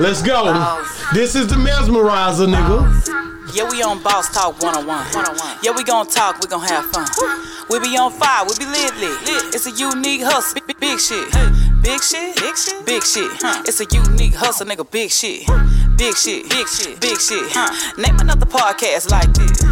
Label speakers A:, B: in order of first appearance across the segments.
A: Let's go. This is the mesmerizer, nigga.
B: Yeah, we on Boss Talk 101. 101. Yeah, we gon' talk, we gon' have fun. We be on fire, we be lit, lit. It's a unique hustle, big, big shit. Big shit, big shit, big shit. It's a unique hustle, nigga, big shit. Big shit, big shit, big shit. Name another podcast like this.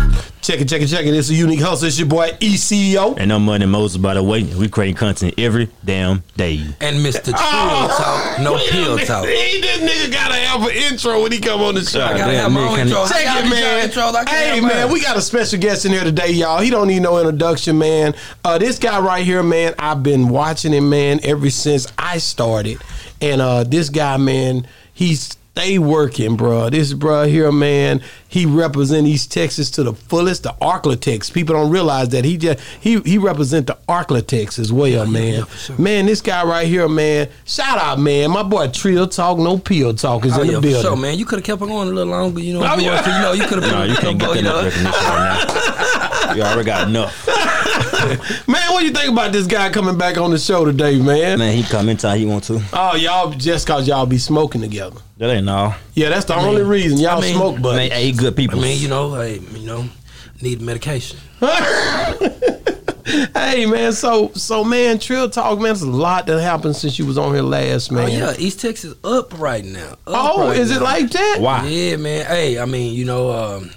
A: Check it, check it, check it. It's a unique hustle. It's your boy E ECO.
C: And I'm Money Moses, by the way. We creating content every damn day.
D: and Mr. Chill
A: Oh.
D: Talk, no pill talk.
A: He, this nigga gotta have an intro when he come on the show.
D: I gotta
C: damn,
D: have my
C: man,
D: own
C: can-
D: intro.
A: Check
D: How y'all
A: it,
D: get y'all
A: man.
D: intros? I can't
A: Hey,
D: have
A: man,
D: mine.
A: we got a special guest in here today, y'all. He don't need no introduction, man. Uh, this guy right here, man, I've been watching him, man, ever since I started. And uh, this guy, man, he's stay working, bruh. This bruh here, man, he represent East Texas to the fullest, the Arklatex. People don't realize that he just he he represent the Arklatex as well, man. Man, this guy right here, man. Shout out, man. My boy Trill Talk, no pill talk is
D: Oh,
A: in
D: yeah,
A: the
D: for
A: building.
D: sure, man. You could have kept on going a little longer, you know.
A: Oh,
D: if you
A: yeah.
D: wanted to, you know, you could have
C: No, you can't get that enough recognition right now. You already got enough.
A: Man, what do you think about this guy coming back on the show today, man?
C: Man, he come in time he want to.
A: Oh, y'all just cause y'all be smoking together.
C: That ain't all.
A: Yeah, that's the only reason y'all
D: I mean,
A: smoke, but
C: Man, hey, he good
D: I
C: people.
D: mean, you know, hey, you know, need medication.
A: hey, man. So, so man, Trill Talk, man. It's a lot that happened since you was on here last, man.
D: Oh yeah, East Texas up right now. Up
A: Oh,
D: right
A: is it
D: now.
A: like that?
C: Why?
D: Yeah, man. Hey, I mean, you know, um,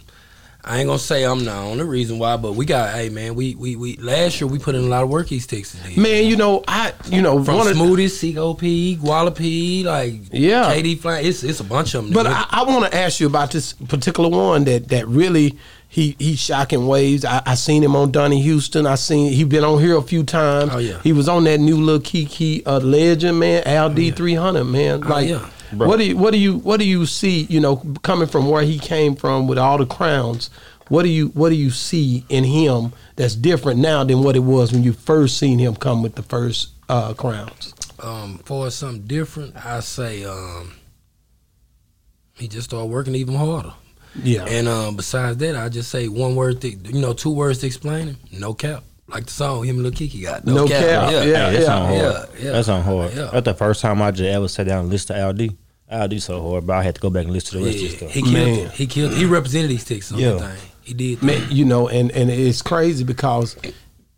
D: I ain't gonna say I'm not on the reason why, but we got, hey, man, we we we last year we put in a lot of work East Texas did.
A: Man, you know, I, you know,
D: From
A: one of-
D: Smoothies, COP, Gualapie, like
A: Yeah.
D: KD Flying, it's it's a bunch of them.
A: But
D: nigga.
A: I, I want to ask you about this particular one that that really he he's shocking waves. I, I seen him on Donnie Houston. I seen he been on here a few times.
D: Oh, yeah. Oh,
A: he was on that new little Kiki uh, legend man, Al D three hundred man. Like,
D: yeah.
A: what do you what do you what do you see? You know, coming from where he came from with all the crowns. What do you what do you see in him that's different now than what it was when you first seen him come with the first uh, crowns?
D: um, for something different, I say um, he just started working even harder.
A: Yeah,
D: And um, besides that, I just say one word, to, you know, two words to explain him. No cap, like the song him and Lil Kiki got. No,
A: No
D: cap.
A: cap.
D: Yeah.
A: Yeah,
C: hey, that's
A: yeah,
C: on hard.
D: yeah, yeah.
C: That's on hard.
D: Yeah.
C: That's the first time I just ever sat down and listened to LD. LD so hard, but I had to go back and listen to the rest
D: Yeah,
C: of the
D: he
C: stuff.
D: killed
A: Man.
D: it. He killed it. He represented these ticks on
C: Yeah.
D: that thing. He did. that.
A: man, you know, and and it's crazy because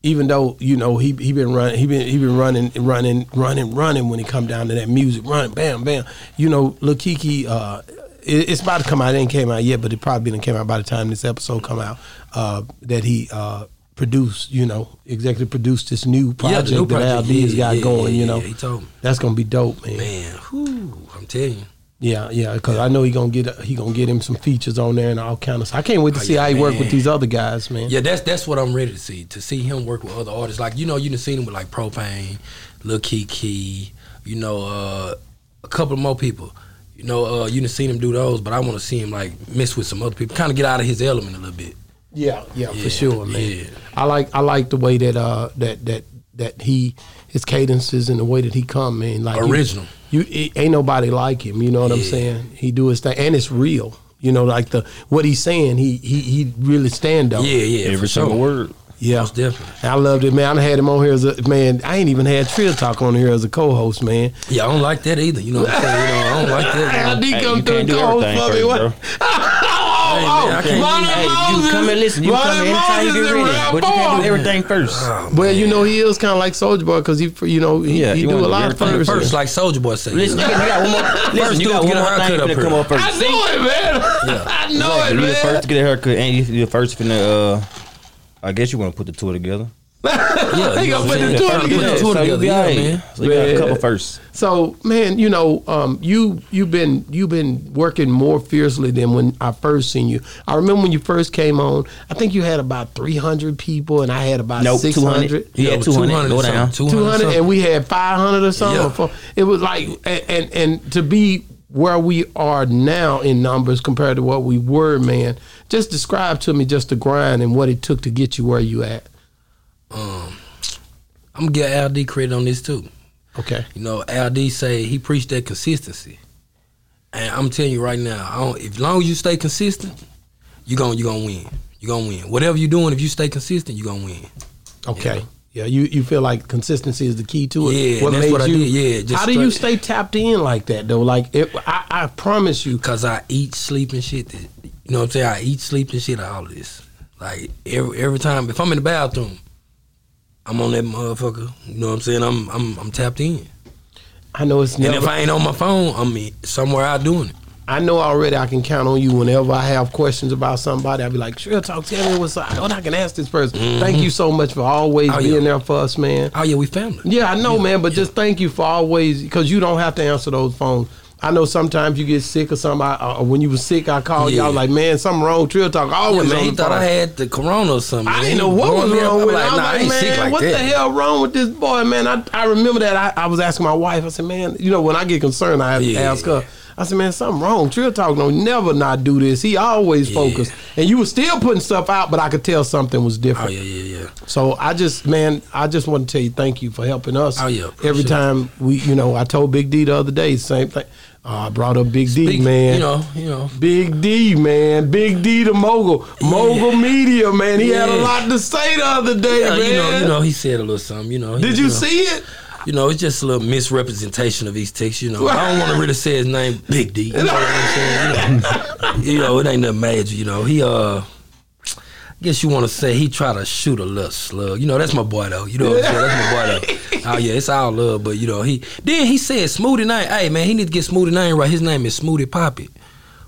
A: even though you know he he been running he been he been running running running running when it come down to that music run bam bam you know Lil Kiki uh it, it's about to come out it ain't came out yet but it probably didn't came out by the time this episode come out uh that he uh produced you know executive produced this new project
D: new
A: that Al
D: project.
A: D's
D: Yeah,
A: got
D: yeah,
A: going
D: yeah,
A: you know
D: yeah, he told me.
A: that's gonna be dope man,
D: Man, whew, I'm telling you.
A: yeah yeah because I know he gonna get he gonna get him some features on there and all kind of stuff I can't wait to
D: Oh,
A: see
D: yeah,
A: how he work with
D: man.
A: these other guys man
D: Yeah, that's that's what I'm ready to see. To see him work with other artists, like you know, you done seen him with like Propane, Lil Kiki, you know, uh, a couple more people. You know, uh, you done seen him do those, but I want to see him like mix with some other people, kind of get out of his element a little bit.
A: Yeah, yeah,
D: Yeah,
A: for sure, man.
D: yeah.
A: I like I like the way that uh that that that he his cadences and the way that he come, man. Like you-
D: Original.
A: You, it, ain't nobody like him. You know what I'm
D: Yeah.
A: saying? He do his thing, and it's real. You know, like the what he's saying, he he he really stand up.
D: Yeah, yeah, for
C: Every
D: sure.
C: single word.
A: yeah.
D: Most definitely.
A: I loved it, man. I had him on here as a man. I ain't even had Trill Talk on here as a co-host, man.
D: Yeah, I don't like that either. You know what I'm saying? You know, I don't like that.
A: Al D
D: you know.
C: Hey,
A: come
C: you
A: through
C: can't
A: and
C: do
A: co-host
C: everything
A: for me.
C: first,
A: What?
C: bro.
D: man, I
A: Oh,
D: can't
A: Monty
D: do-
C: Hey,
A: Moses-
C: you come and listen. You come
A: Monty
C: anytime you
A: Moses
C: get
A: and
C: ready.
A: Ralph
C: But you
A: Bowen.
C: can't do everything first.
A: Well, you know, he is kind of like Soldier Boy because he, you know, he,
C: Yeah,
A: he,
C: he
A: do
C: wanna
A: a
C: do
A: lot of
C: everything
A: first.
D: First, like Soldier Boy said.
C: Listen, you got you got one more. Listen, you
D: dude,
C: got
D: get
C: one
D: a
C: more
D: haircut
C: thing finna
D: up here.
C: come up first.
A: I know it, man. I know it,
C: Exactly. You
A: man.
C: the first to get a haircut, and you you the first finna. Uh, I guess you want to put the two together.
D: Yeah,
A: They
D: you know
A: gonna
D: what
A: put
D: I'm
A: the
D: saying?
A: two
D: Put the
A: together.
D: two
C: so you
D: together,
C: be
D: yeah,
C: all right.
D: man.
C: So you got
A: Man.
C: a couple first.
A: So, man, you know, um, you you've been you've been working more fiercely than when I first seen you. I remember when you first came on. I think you had about three hundred people, and I had about
C: Nope,
A: six
C: 200.
A: hundred.
C: Yeah,
D: but
C: 200, go
D: something,
C: down.
D: 200,
A: 200
D: something.
A: and we had 500 or something
D: Yeah.
A: before. it was like and, and and to be where we are now in numbers compared to what we were man just describe to me just the grind and what it took to get you where you at
D: I'm gonna get Al D credit on this too.
A: okay
D: You know, Al D say he preached that consistency, and I'm telling you right now, I don't, if long as you stay consistent, you gon' you gonna win. you gonna win. Whatever you're doing, if you stay consistent, you gonna win.
A: Okay. Yeah, you, you feel like consistency is the key to it.
D: Yeah, that's what I did, yeah, just
A: how do you stay
D: straight-
A: tapped in like that though? Like it, I, I promise you,
D: Cause I eat, sleep, and shit. That, you know what I'm saying? I eat, sleep, and shit. All this. Like every every time, if I'm in the bathroom, I'm on that motherfucker. You know what I'm saying? I'm I'm I'm tapped in.
A: I know it's
D: And
A: never.
D: if I ain't on my phone, I'm in- somewhere out doing it.
A: I know already I can count on you whenever I have questions about somebody. I'll be like, sure, talk to me what's up. And I can ask this person. Thank you so much for always
D: Mm-hmm. Oh, yeah.
A: being there for us, man.
D: Oh yeah, we family.
A: Yeah, I know, man, but just thank you for always because you don't have to answer those phones. I know sometimes you get sick or something. I, uh, when you was sick, I called you. I was
D: Yeah.
A: like, man, something wrong. Trill talk
D: Yeah,
A: always
D: man,
A: on
D: he
A: the
D: thought
A: phone.
D: I had the corona or something.
A: I
D: man.
A: didn't know
D: He
A: what was
D: blowing me up.
A: wrong
D: I'm
A: with it.
D: like,
A: I was
D: nah, I
A: like,
D: ain't sick
A: man,
D: like
A: what
D: that.
A: the hell wrong with this boy, man? I, I remember that. I, I was asking my wife. I said, man, you know, when I get concerned, I have to
D: Yeah.
A: ask her. I said, man, something wrong. Trill Talk don't never not do this. He always focused. And you were still putting stuff out, but I could tell something was
D: Oh
A: different.
D: yeah, yeah, yeah.
A: So I just, man, I just want to tell you thank you for helping us.
D: Oh, yeah,
A: Every
D: appreciate it.
A: time we, you know, I told Big D the other day, same thing. Uh, I brought up Big D,
D: Big-
A: man.
D: you know, you know.
A: Big D, man. Big D the mogul. Mogul Media, man. He had a
D: Yeah.
A: lot to say the other day,
D: Yeah,
A: man.
D: you know, you know, he said a little something. You know, he-
A: Did you
D: know,
A: see it?
D: You know, it's just a little misrepresentation of East Texas. You know, I don't want to really say his name, Big D. You know what I'm saying? You know, you know, it ain't nothing major. You know, he uh, I guess you want to say he tried to shoot a little slug. You know, that's my boy though. You know what I'm saying? That's my boy though. Oh yeah, it's all love, but you know he then he said Smoothie Nine. Hey man, he need to get Smoothie Nine right. His name is Smoothie Poppy.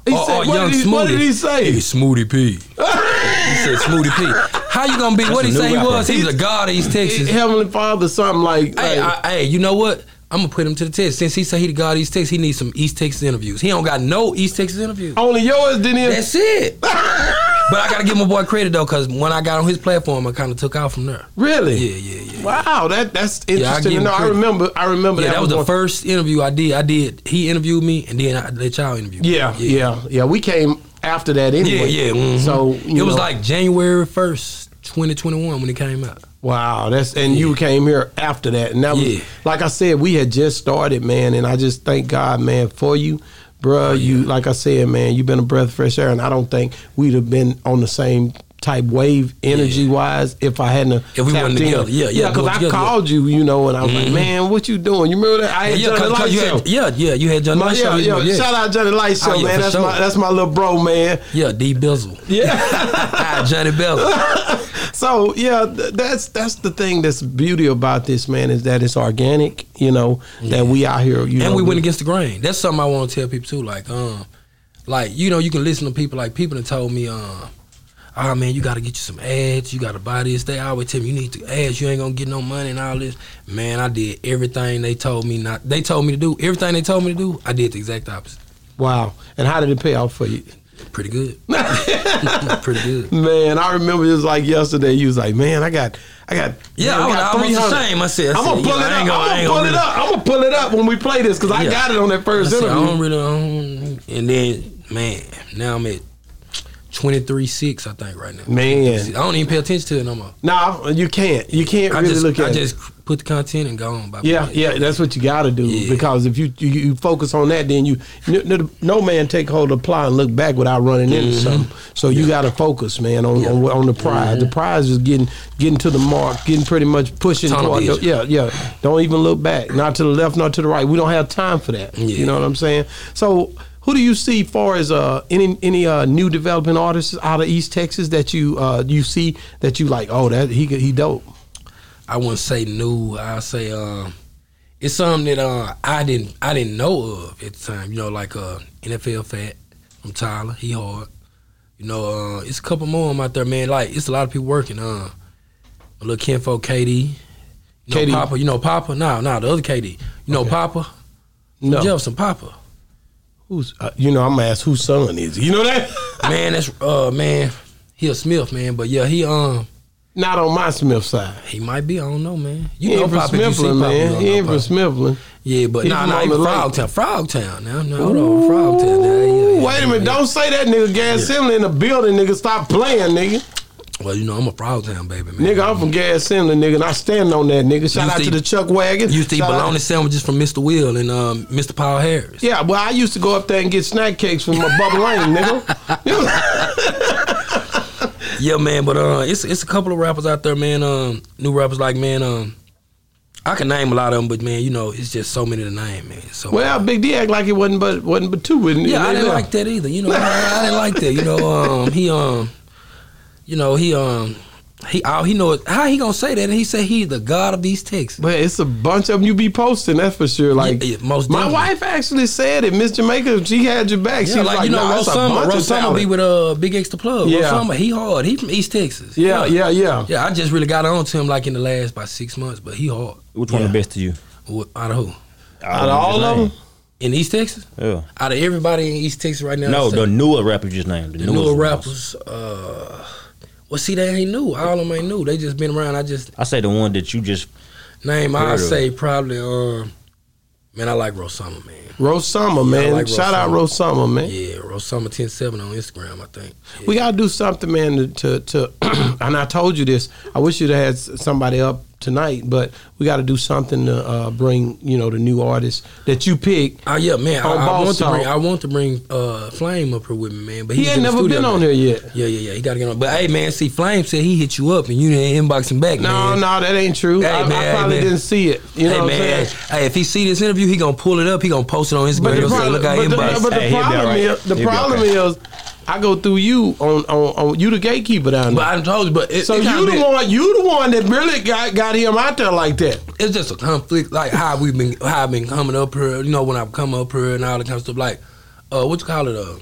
A: He
D: Oh,
A: said, what did he- what did he say?
D: It's Smoothie P. he said Smoothie P. How you gonna be? what he
C: a new
D: say he
C: rapper.
D: was? He was a god of East Texas.
A: Heavenly Father, something like,
D: Hey,
A: like
D: I, hey, you know what? I'm gonna put him to the test. Since he said he the god of East Texas, he needs some East Texas interviews. He don't got no East Texas interviews.
A: only yours didn't even.
D: That's it. but I gotta give my boy credit though, cause when I got on his platform, I kind of took out from there.
A: Really?
D: Yeah, yeah, yeah.
A: Wow, that that's interesting.
D: give
A: to
D: him
A: know. I
D: credit.
A: remember. I remember
D: Yeah, that was the
A: one-
D: first interview I did. I did. He interviewed me, and then I let y'all interview. me.
A: Yeah, yeah, yeah, We came after that
D: yeah,
A: anyway.
D: yeah. mhm.
A: So
D: it
A: you
D: was
A: know,
D: like January first, 2021, when it came out.
A: Wow, that's and you came here after that, and that was
D: Yeah.
A: like I said, we had just started, man, and I just thank God, man, for you,
D: Oh,
A: bruh. You like I said, man, you've been a breath of fresh air, and I don't think we'd have been on the same type wave energy wise if I hadn't
D: If we wasn't
A: tapped in.
D: together. Yeah, yeah,
A: because
D: we
A: I
D: together, yeah. Mm-hmm.
A: called you, you know, and I was like, man, what you doing? You remember that? I had
D: yeah,
A: Johnny
D: cause, 'cause
A: Light
D: you
A: show.
D: had, yeah, yeah. You had Johnny
A: My,
D: Light show.
A: yeah,
D: you
A: yeah,
D: know, yeah.
A: shout out Johnny Light show,
D: Oh, yeah,
A: man.
D: for
A: That's
D: sure.
A: my that's my little bro, man.
D: yeah, D Bizzle.
A: Yeah.
D: Ah, Johnny Bizzle.
A: So yeah, th- that's that's the thing. That's beauty about this man is that it's organic. You know that we out here. You know,
D: and we went against the grain. That's something I want to tell people too. Like, um, like you know, you can listen to people. Like people that told me, um, ah man, you got to get you some ads. You got to buy this. They always tell me you need to ads. You ain't gonna get no money and all this. Man, I did everything they told me not. They told me to do everything they told me to do. I did the exact opposite.
A: Wow. And how did it pay off for you?
D: Pretty good. Pretty good.
A: Man, I remember it was like yesterday. You was like, man, I got, I got.
D: Yeah,
A: man,
D: I was almost
A: 300.
D: ashamed. I said, I
A: I'm gonna
D: said,
A: pull
D: yeah,
A: it up.
D: I ain't gonna- I
A: I'm gonna
D: ain't
A: pull
D: gonna
A: it
D: really-
A: up. I'm gonna pull it up when we play this because I
D: Yeah.
A: got it on that first
D: I said, I
A: interview.
D: don't really, I don't- and then man, now I'm at twenty three six, I think, right now. I
A: man,
D: don't even pay attention to it no more.
A: no, you can't. You can't
D: I
A: really
D: just,
A: look at
D: I
A: it.
D: just put the content and go on. By
A: Yeah, yeah, that's what you got to do
D: Yeah.
A: because if you, you you focus on that, then you no, no- no man take hold of the plow and look back without running into
D: Mm-hmm.
A: something. So you got to focus, man, on, on on the prize.
D: Mm-hmm.
A: The prize is getting getting to the mark, getting pretty much pushing.
D: Tunnel
A: toward-
D: vision.
A: yeah, yeah. Don't even look back, not to the left, not to the right. We don't have time for that. You
D: Yeah.
A: know what I'm saying? So. Who do you see far as uh, any any uh, new developing artists out of East Texas that you uh, you see that you like? Oh, that he he dope.
D: I wouldn't say new. I say um, it's something that uh, I didn't I didn't know of at the time. You know, like uh, NFL Fat from Tyler, he hard. You know, uh, it's a couple more of 'em out there, man. Like it's a lot of people working. Uh, my little Kenfo, KD, you know
A: KD.
D: Papa, you know Papa. Nah, nah, the other KD. You know Papa,
A: No,
D: Jefferson Papa.
A: Who's uh, you know? I'm gonna ask whose son is he? You know that?
D: Man, that's uh man, he a Smith man, but yeah, he um.
A: Not on my Smith side.
D: He might be. I don't know, man.
A: He
D: You know,
A: ain't from
D: Pop, if you see
A: Smithland,
D: Pop, you don't
A: man. He
D: know
A: ain't from
D: Pop.
A: Smithland.
D: Yeah, but
A: He
D: nah,
A: from
D: nah,
A: on
D: he
A: the lake.
D: Frogtown. Frogtown now. No, hold on. Frogtown. Now, yeah, yeah,
A: Wait a
D: yeah,
A: minute!
D: yeah.
A: Don't say that, nigga. Gas Assembly in the building, nigga. Stop playing, nigga.
D: Well, you know, I'm a Frogtown baby, man.
A: Nigga, I'm from Gas Assembly, nigga, and I stand on that, nigga. Shout
D: Used
A: out
D: to
A: to the
D: eat-
A: Chuck Wagon.
D: Used to eat
A: Shout out-
D: bologna sandwiches from Mr. Will and um, Mr. Paul Harris.
A: Yeah, well, I used to go up there and get snack cakes from my Bubba Lane, nigga.
D: yeah, man. But uh, it's it's a couple of rappers out there, man. Um, new rappers like man. Um, I can name a lot of them, but man, you know, it's just so many to name, man. So
A: Well, Big D act like it wasn't but wasn't but two, wasn't it?
D: Yeah, I didn't like that either. You know, I, I didn't like that. You know, um, he um, you know, he um, he oh, he know how he gonna say that, and he said he the god of these texts.
A: But it's a bunch of them you be posting, that's for sure. Like
D: Yeah, yeah, most
A: my
D: definitely.
A: wife actually said it, Miss Jamaica, she had your back.
D: Yeah,
A: she was
D: like, you know,
A: nah, it's a bunch
D: Rosama,
A: of
D: Rosama be
A: talent.
D: with uh Big X the Plug.
A: Yeah.
D: Rosama, he hard. He from East Texas.
A: Yeah, yeah, yeah.
D: Yeah, I just really got on to him like in the last about six months, but he hard.
C: Which one
A: Yeah.
C: the best to you?
D: What, out of who?
A: Out of all of them?
D: In East Texas?
C: Yeah.
D: Out of everybody in East Texas right now?
C: No,
D: it's
C: the newer rapper you just named. The,
D: the newer
C: newest ones.
D: rappers. Uh, well, see, they ain't new. All of them ain't new. They just been around. I just
C: I say the one that you just.
D: name. I
C: Heard of.
D: say probably. Um, man, I like Rosama, man.
A: Rosama, man.
D: like
A: Shout out Rosama, man.
D: Yeah, Rosama ten seven on Instagram, I think. Yeah.
A: We gotta do something, man. To to, to and I told you this. I wish you'd have had somebody up tonight, but we got to do something to uh, bring you know the new artists that you pick.
D: Oh yeah, man. I,
A: On
D: I
A: Boss
D: want to
A: Talk.
D: bring I want to bring uh, Flame up here with me, man. But
A: He
D: he's
A: ain't
D: in the
A: never
D: studio
A: been on
D: now.
A: here yet.
D: Yeah, yeah, yeah. He got to get on. But hey, man, see, Flame said he hit you up and you didn't inbox him back.
A: No,
D: man.
A: no, that ain't true.
D: Hey,
A: I, I
D: man, hey,
A: probably
D: man.
A: didn't see it. You know
D: hey
A: what I'm
D: man,
A: saying?
D: hey, if he see this interview, he gonna pull it up. He gonna post it on Instagram.
A: But the
D: and say,
A: problem,
D: Look, I
A: but the,
D: inboxed.
A: but the
C: Hey, he'll be
A: problem
C: alright.
A: is, the
C: He'll be
A: problem
C: okay.
A: is, I go through you on on, on you the gatekeeper down
D: But
A: there.
D: I told you, but it,
A: So
D: it kinda
A: you the
D: been-
A: one, you the one that really got got him out there like that.
D: it's just a conflict, like how we've been, how I've been coming up here. You know, when I've come up here and all that kind of stuff. Like, uh, what you call it? Uh,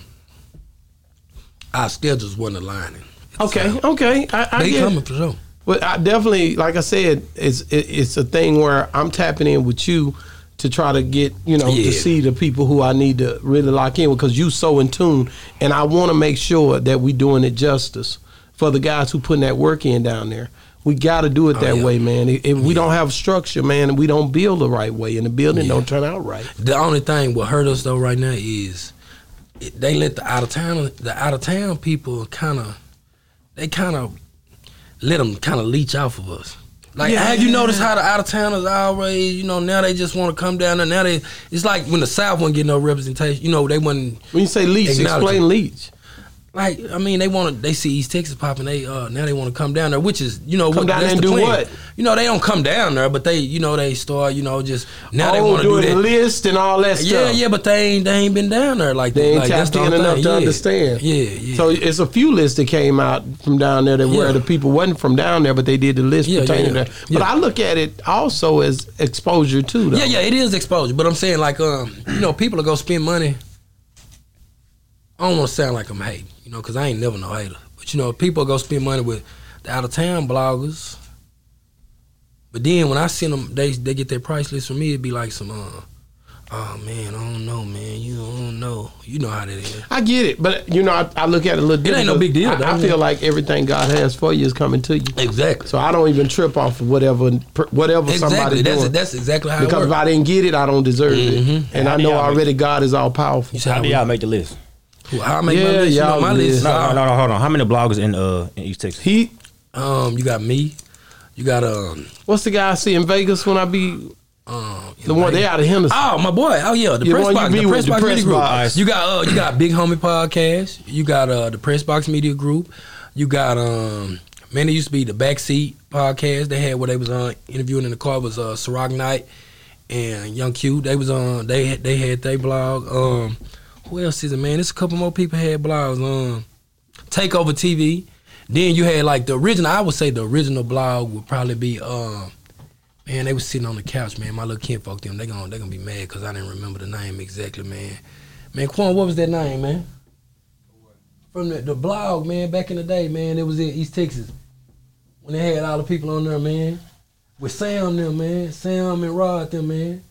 D: our schedules wasn't aligning.
A: Okay, okay, I, I
D: they
A: get it.
D: coming for sure.
A: But I definitely, like I said, it's it, it's a thing where I'm tapping in with you to try to get you know
D: Yeah.
A: to see the people who I need to really lock in because you so in tune, and I want to make sure that we doing it justice for the guys who putting that work in down there. We got to do it that
D: Oh, yeah.
A: way, man. If if we don't have structure, man, and we don't build the right way, and the building don't turn out right.
D: The only thing what hurt us though right now is it, they let the out of town, the out of town people kind of, they kind of let them kind of leech off of us. Like,
A: Yeah.
D: have you noticed how the out of towners always, you know, now they just want to come down there. Now they, it's like when the South wasn't getting no representation. You know, they wasn't
A: When you say leech,
D: Acknowledge it.
A: explain leech.
D: Like I mean, they want to. They see East Texas popping. They uh now they want to come down there, which is you know
A: Come
D: what,
A: down
D: that's
A: there and
D: the
A: do
D: plan.
A: what?
D: You know they don't come down there, but they you know they start you know just now they
A: Oh,
D: want to do
A: doing
D: that.
A: list and all that
D: yeah,
A: stuff.
D: yeah, but they ain't they ain't been down there like
A: They
D: that.
A: ain't
D: like, that's
A: tapped
D: the
A: in
D: only
A: enough
D: thing,
A: to
D: yeah.
A: understand.
D: Yeah, yeah.
A: So it's a few lists that came out from down there that
D: Yeah.
A: where the people wasn't from down there, but they did the list
D: Yeah, yeah,
A: pertaining
D: yeah.
A: to. But
D: Yeah.
A: I look at it also as exposure too. Though.
D: yeah, yeah, it is exposure, but I'm saying like um you know people are gonna spend money. I don't want to sound like I'm hating, you know, because I ain't never no hater. But you know, people go spend money with the out of town bloggers. But then when I send them, they they get their price list from me. It'd be like some, uh, oh man, I don't know, man, you don't know, you know how that is.
A: I get it, but you know, I, I look at it a little. different
D: ain't no
A: because
D: big deal, though.
A: I, I feel like everything God has for you is coming to you.
D: Exactly.
A: So I don't even trip off of whatever whatever
D: Exactly.
A: somebody's
D: That's
A: doing
D: that's exactly how
A: because
D: it
A: if
D: works. Mm-hmm.
A: I didn't get it, I don't deserve it, and
C: How
A: I
C: do
A: know
C: y'all make-
A: already God is all powerful.
D: You see how
C: How do
D: we-
C: y'all make the list?
D: how I make my
A: Yeah,
D: list? You know,
A: y'all
D: my list.
A: list.
D: is
C: No,
D: all-
C: no, no, no, hold on. How many bloggers in uh in East Texas?
A: He,
D: Um, you got me. You got um,
A: what's the guy I see in Vegas when I be
D: um
A: the one? They out of Henderson.
D: Oh, my boy. Oh yeah, the
A: Yeah,
D: press
A: boy, you
D: box.
A: be
D: The
A: with
D: press
A: the
D: box
A: Press
D: media group.
A: Box.
D: You got uh, you got Big Homie podcast. You got uh, the press box media group. You got um, man, it used to be the backseat podcast. They had where they was on interviewing in the car was uh, Ciroc Knight and Young Q. They was on. They had- they had they blog. Um, who else is it, man? There's a couple more people had blogs. Um, Takeover TV. Then you had like the original. I would say the original blog would probably be. Um, Man, they was sitting on the couch, man. My little kinfolk, them, they gonna, they gonna be mad because I didn't remember the name exactly, man. Man, Quan, what was that name, man? From the, the blog, man, back in the day, man, it was in East Texas. When they had all the people on there, man. With Sam them, man. Sam and Rod them, man.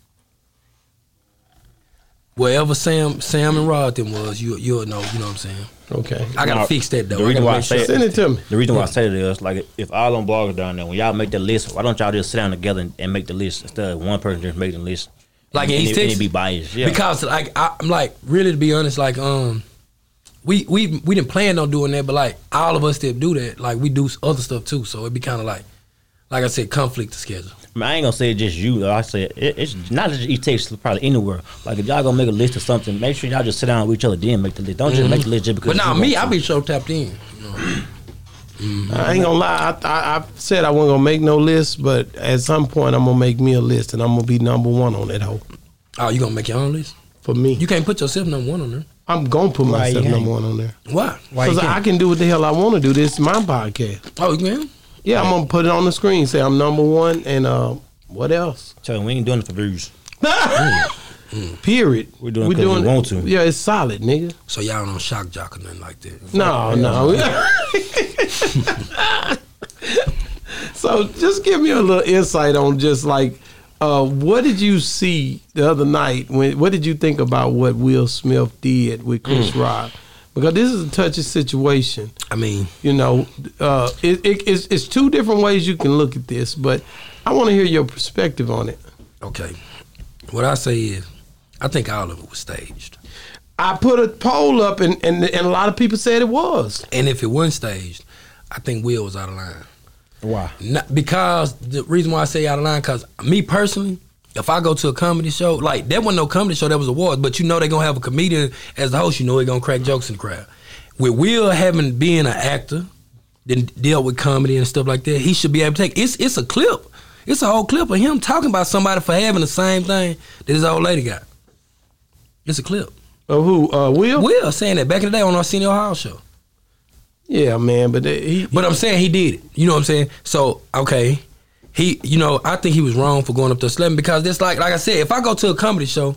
D: Wherever Sam Sam and Rod them was, you you'll know, you know what I'm saying.
A: Okay,
D: I gotta
C: Now,
D: fix that though.
C: the
D: I
C: reason
D: gotta
C: why
D: make
C: I say
D: sure-
C: it-
A: send it to me.
C: The reason why I say that is like if all them bloggers down there, when y'all make the list, why don't y'all just sit down together and, and make the list instead of one person just making the list?
D: Like in
C: and,
D: East
C: it- and
D: Texas?
C: it be biased. Yeah.
D: Because like I, I'm like really to be honest, like um, we we we didn't plan on doing that, but like all of us that do that, like we do other stuff too. So it'd be kind of like, like I said, conflict to schedule.
C: I, mean, I ain't gonna say it's just you. Though. I say it,
D: Mm.
C: it's not just East Texas, probably anywhere. Like if y'all gonna make a list of something, make sure y'all
D: Mm-hmm.
C: just sit down with each other then make the list. Don't just make the list just because.
D: But now
C: you
D: me,
C: want to.
D: I be so tapped in. You know?
A: I ain't gonna lie. I, I, I said I wasn't gonna make no list, but at some point I'm gonna make me a list, and I'm gonna be number one on that hoe
D: Oh, you gonna make your own list?
A: for me.
D: You can't put yourself number one on there.
A: I'm gonna put
E: Why you
A: myself
E: can't?
A: number one on there
D: Why?
E: Why you
A: because I
E: can't?
A: can do what the hell I want to do. This is my podcast.
D: Oh, you can.
A: Yeah, I'm gonna put it on the screen. Say I'm number one, and uh, what else?
C: Tell you, we ain't doing it for views.
A: Period.
C: We're doing it 'cause we want to.
A: Yeah, it's solid, nigga.
D: So y'all don't shock jock or nothing like that.
A: No, no. so just give me a little insight on just like uh, what did you see the other night when what did you think about what Will Smith did with Chris Rock? Because this is a touchy situation.
D: I mean,
A: You know, uh, it, it, it's, it's two different ways you can look at this, but I want to hear your perspective on it.
D: okay. What I say is, I think all of it was staged.
A: I put a poll up, and, and, and a lot of people said it was.
D: And if it wasn't staged, I think Will was out of line.
E: Why?
D: Not, because the reason why I say out of line, because me personally, if I go to a comedy show, like that wasn't no comedy show, that was awards, but you know they're gonna have a comedian as the host, you know they gonna crack jokes in the crowd. With Will having been an actor, then dealt with comedy and stuff like that, he should be able to take it's it's a clip. It's a whole clip of him talking about somebody for having the same thing that his old lady got. It's a clip.
A: Of who? Uh, Will?
D: Will saying that back in the day on Arsenio Hall show.
A: Yeah, man, but they- he,
D: But I'm saying he did it. You know what I'm saying? So okay, he, you know, I think he was wrong for going up to eleven because it's like, like I said, if I go to a comedy show,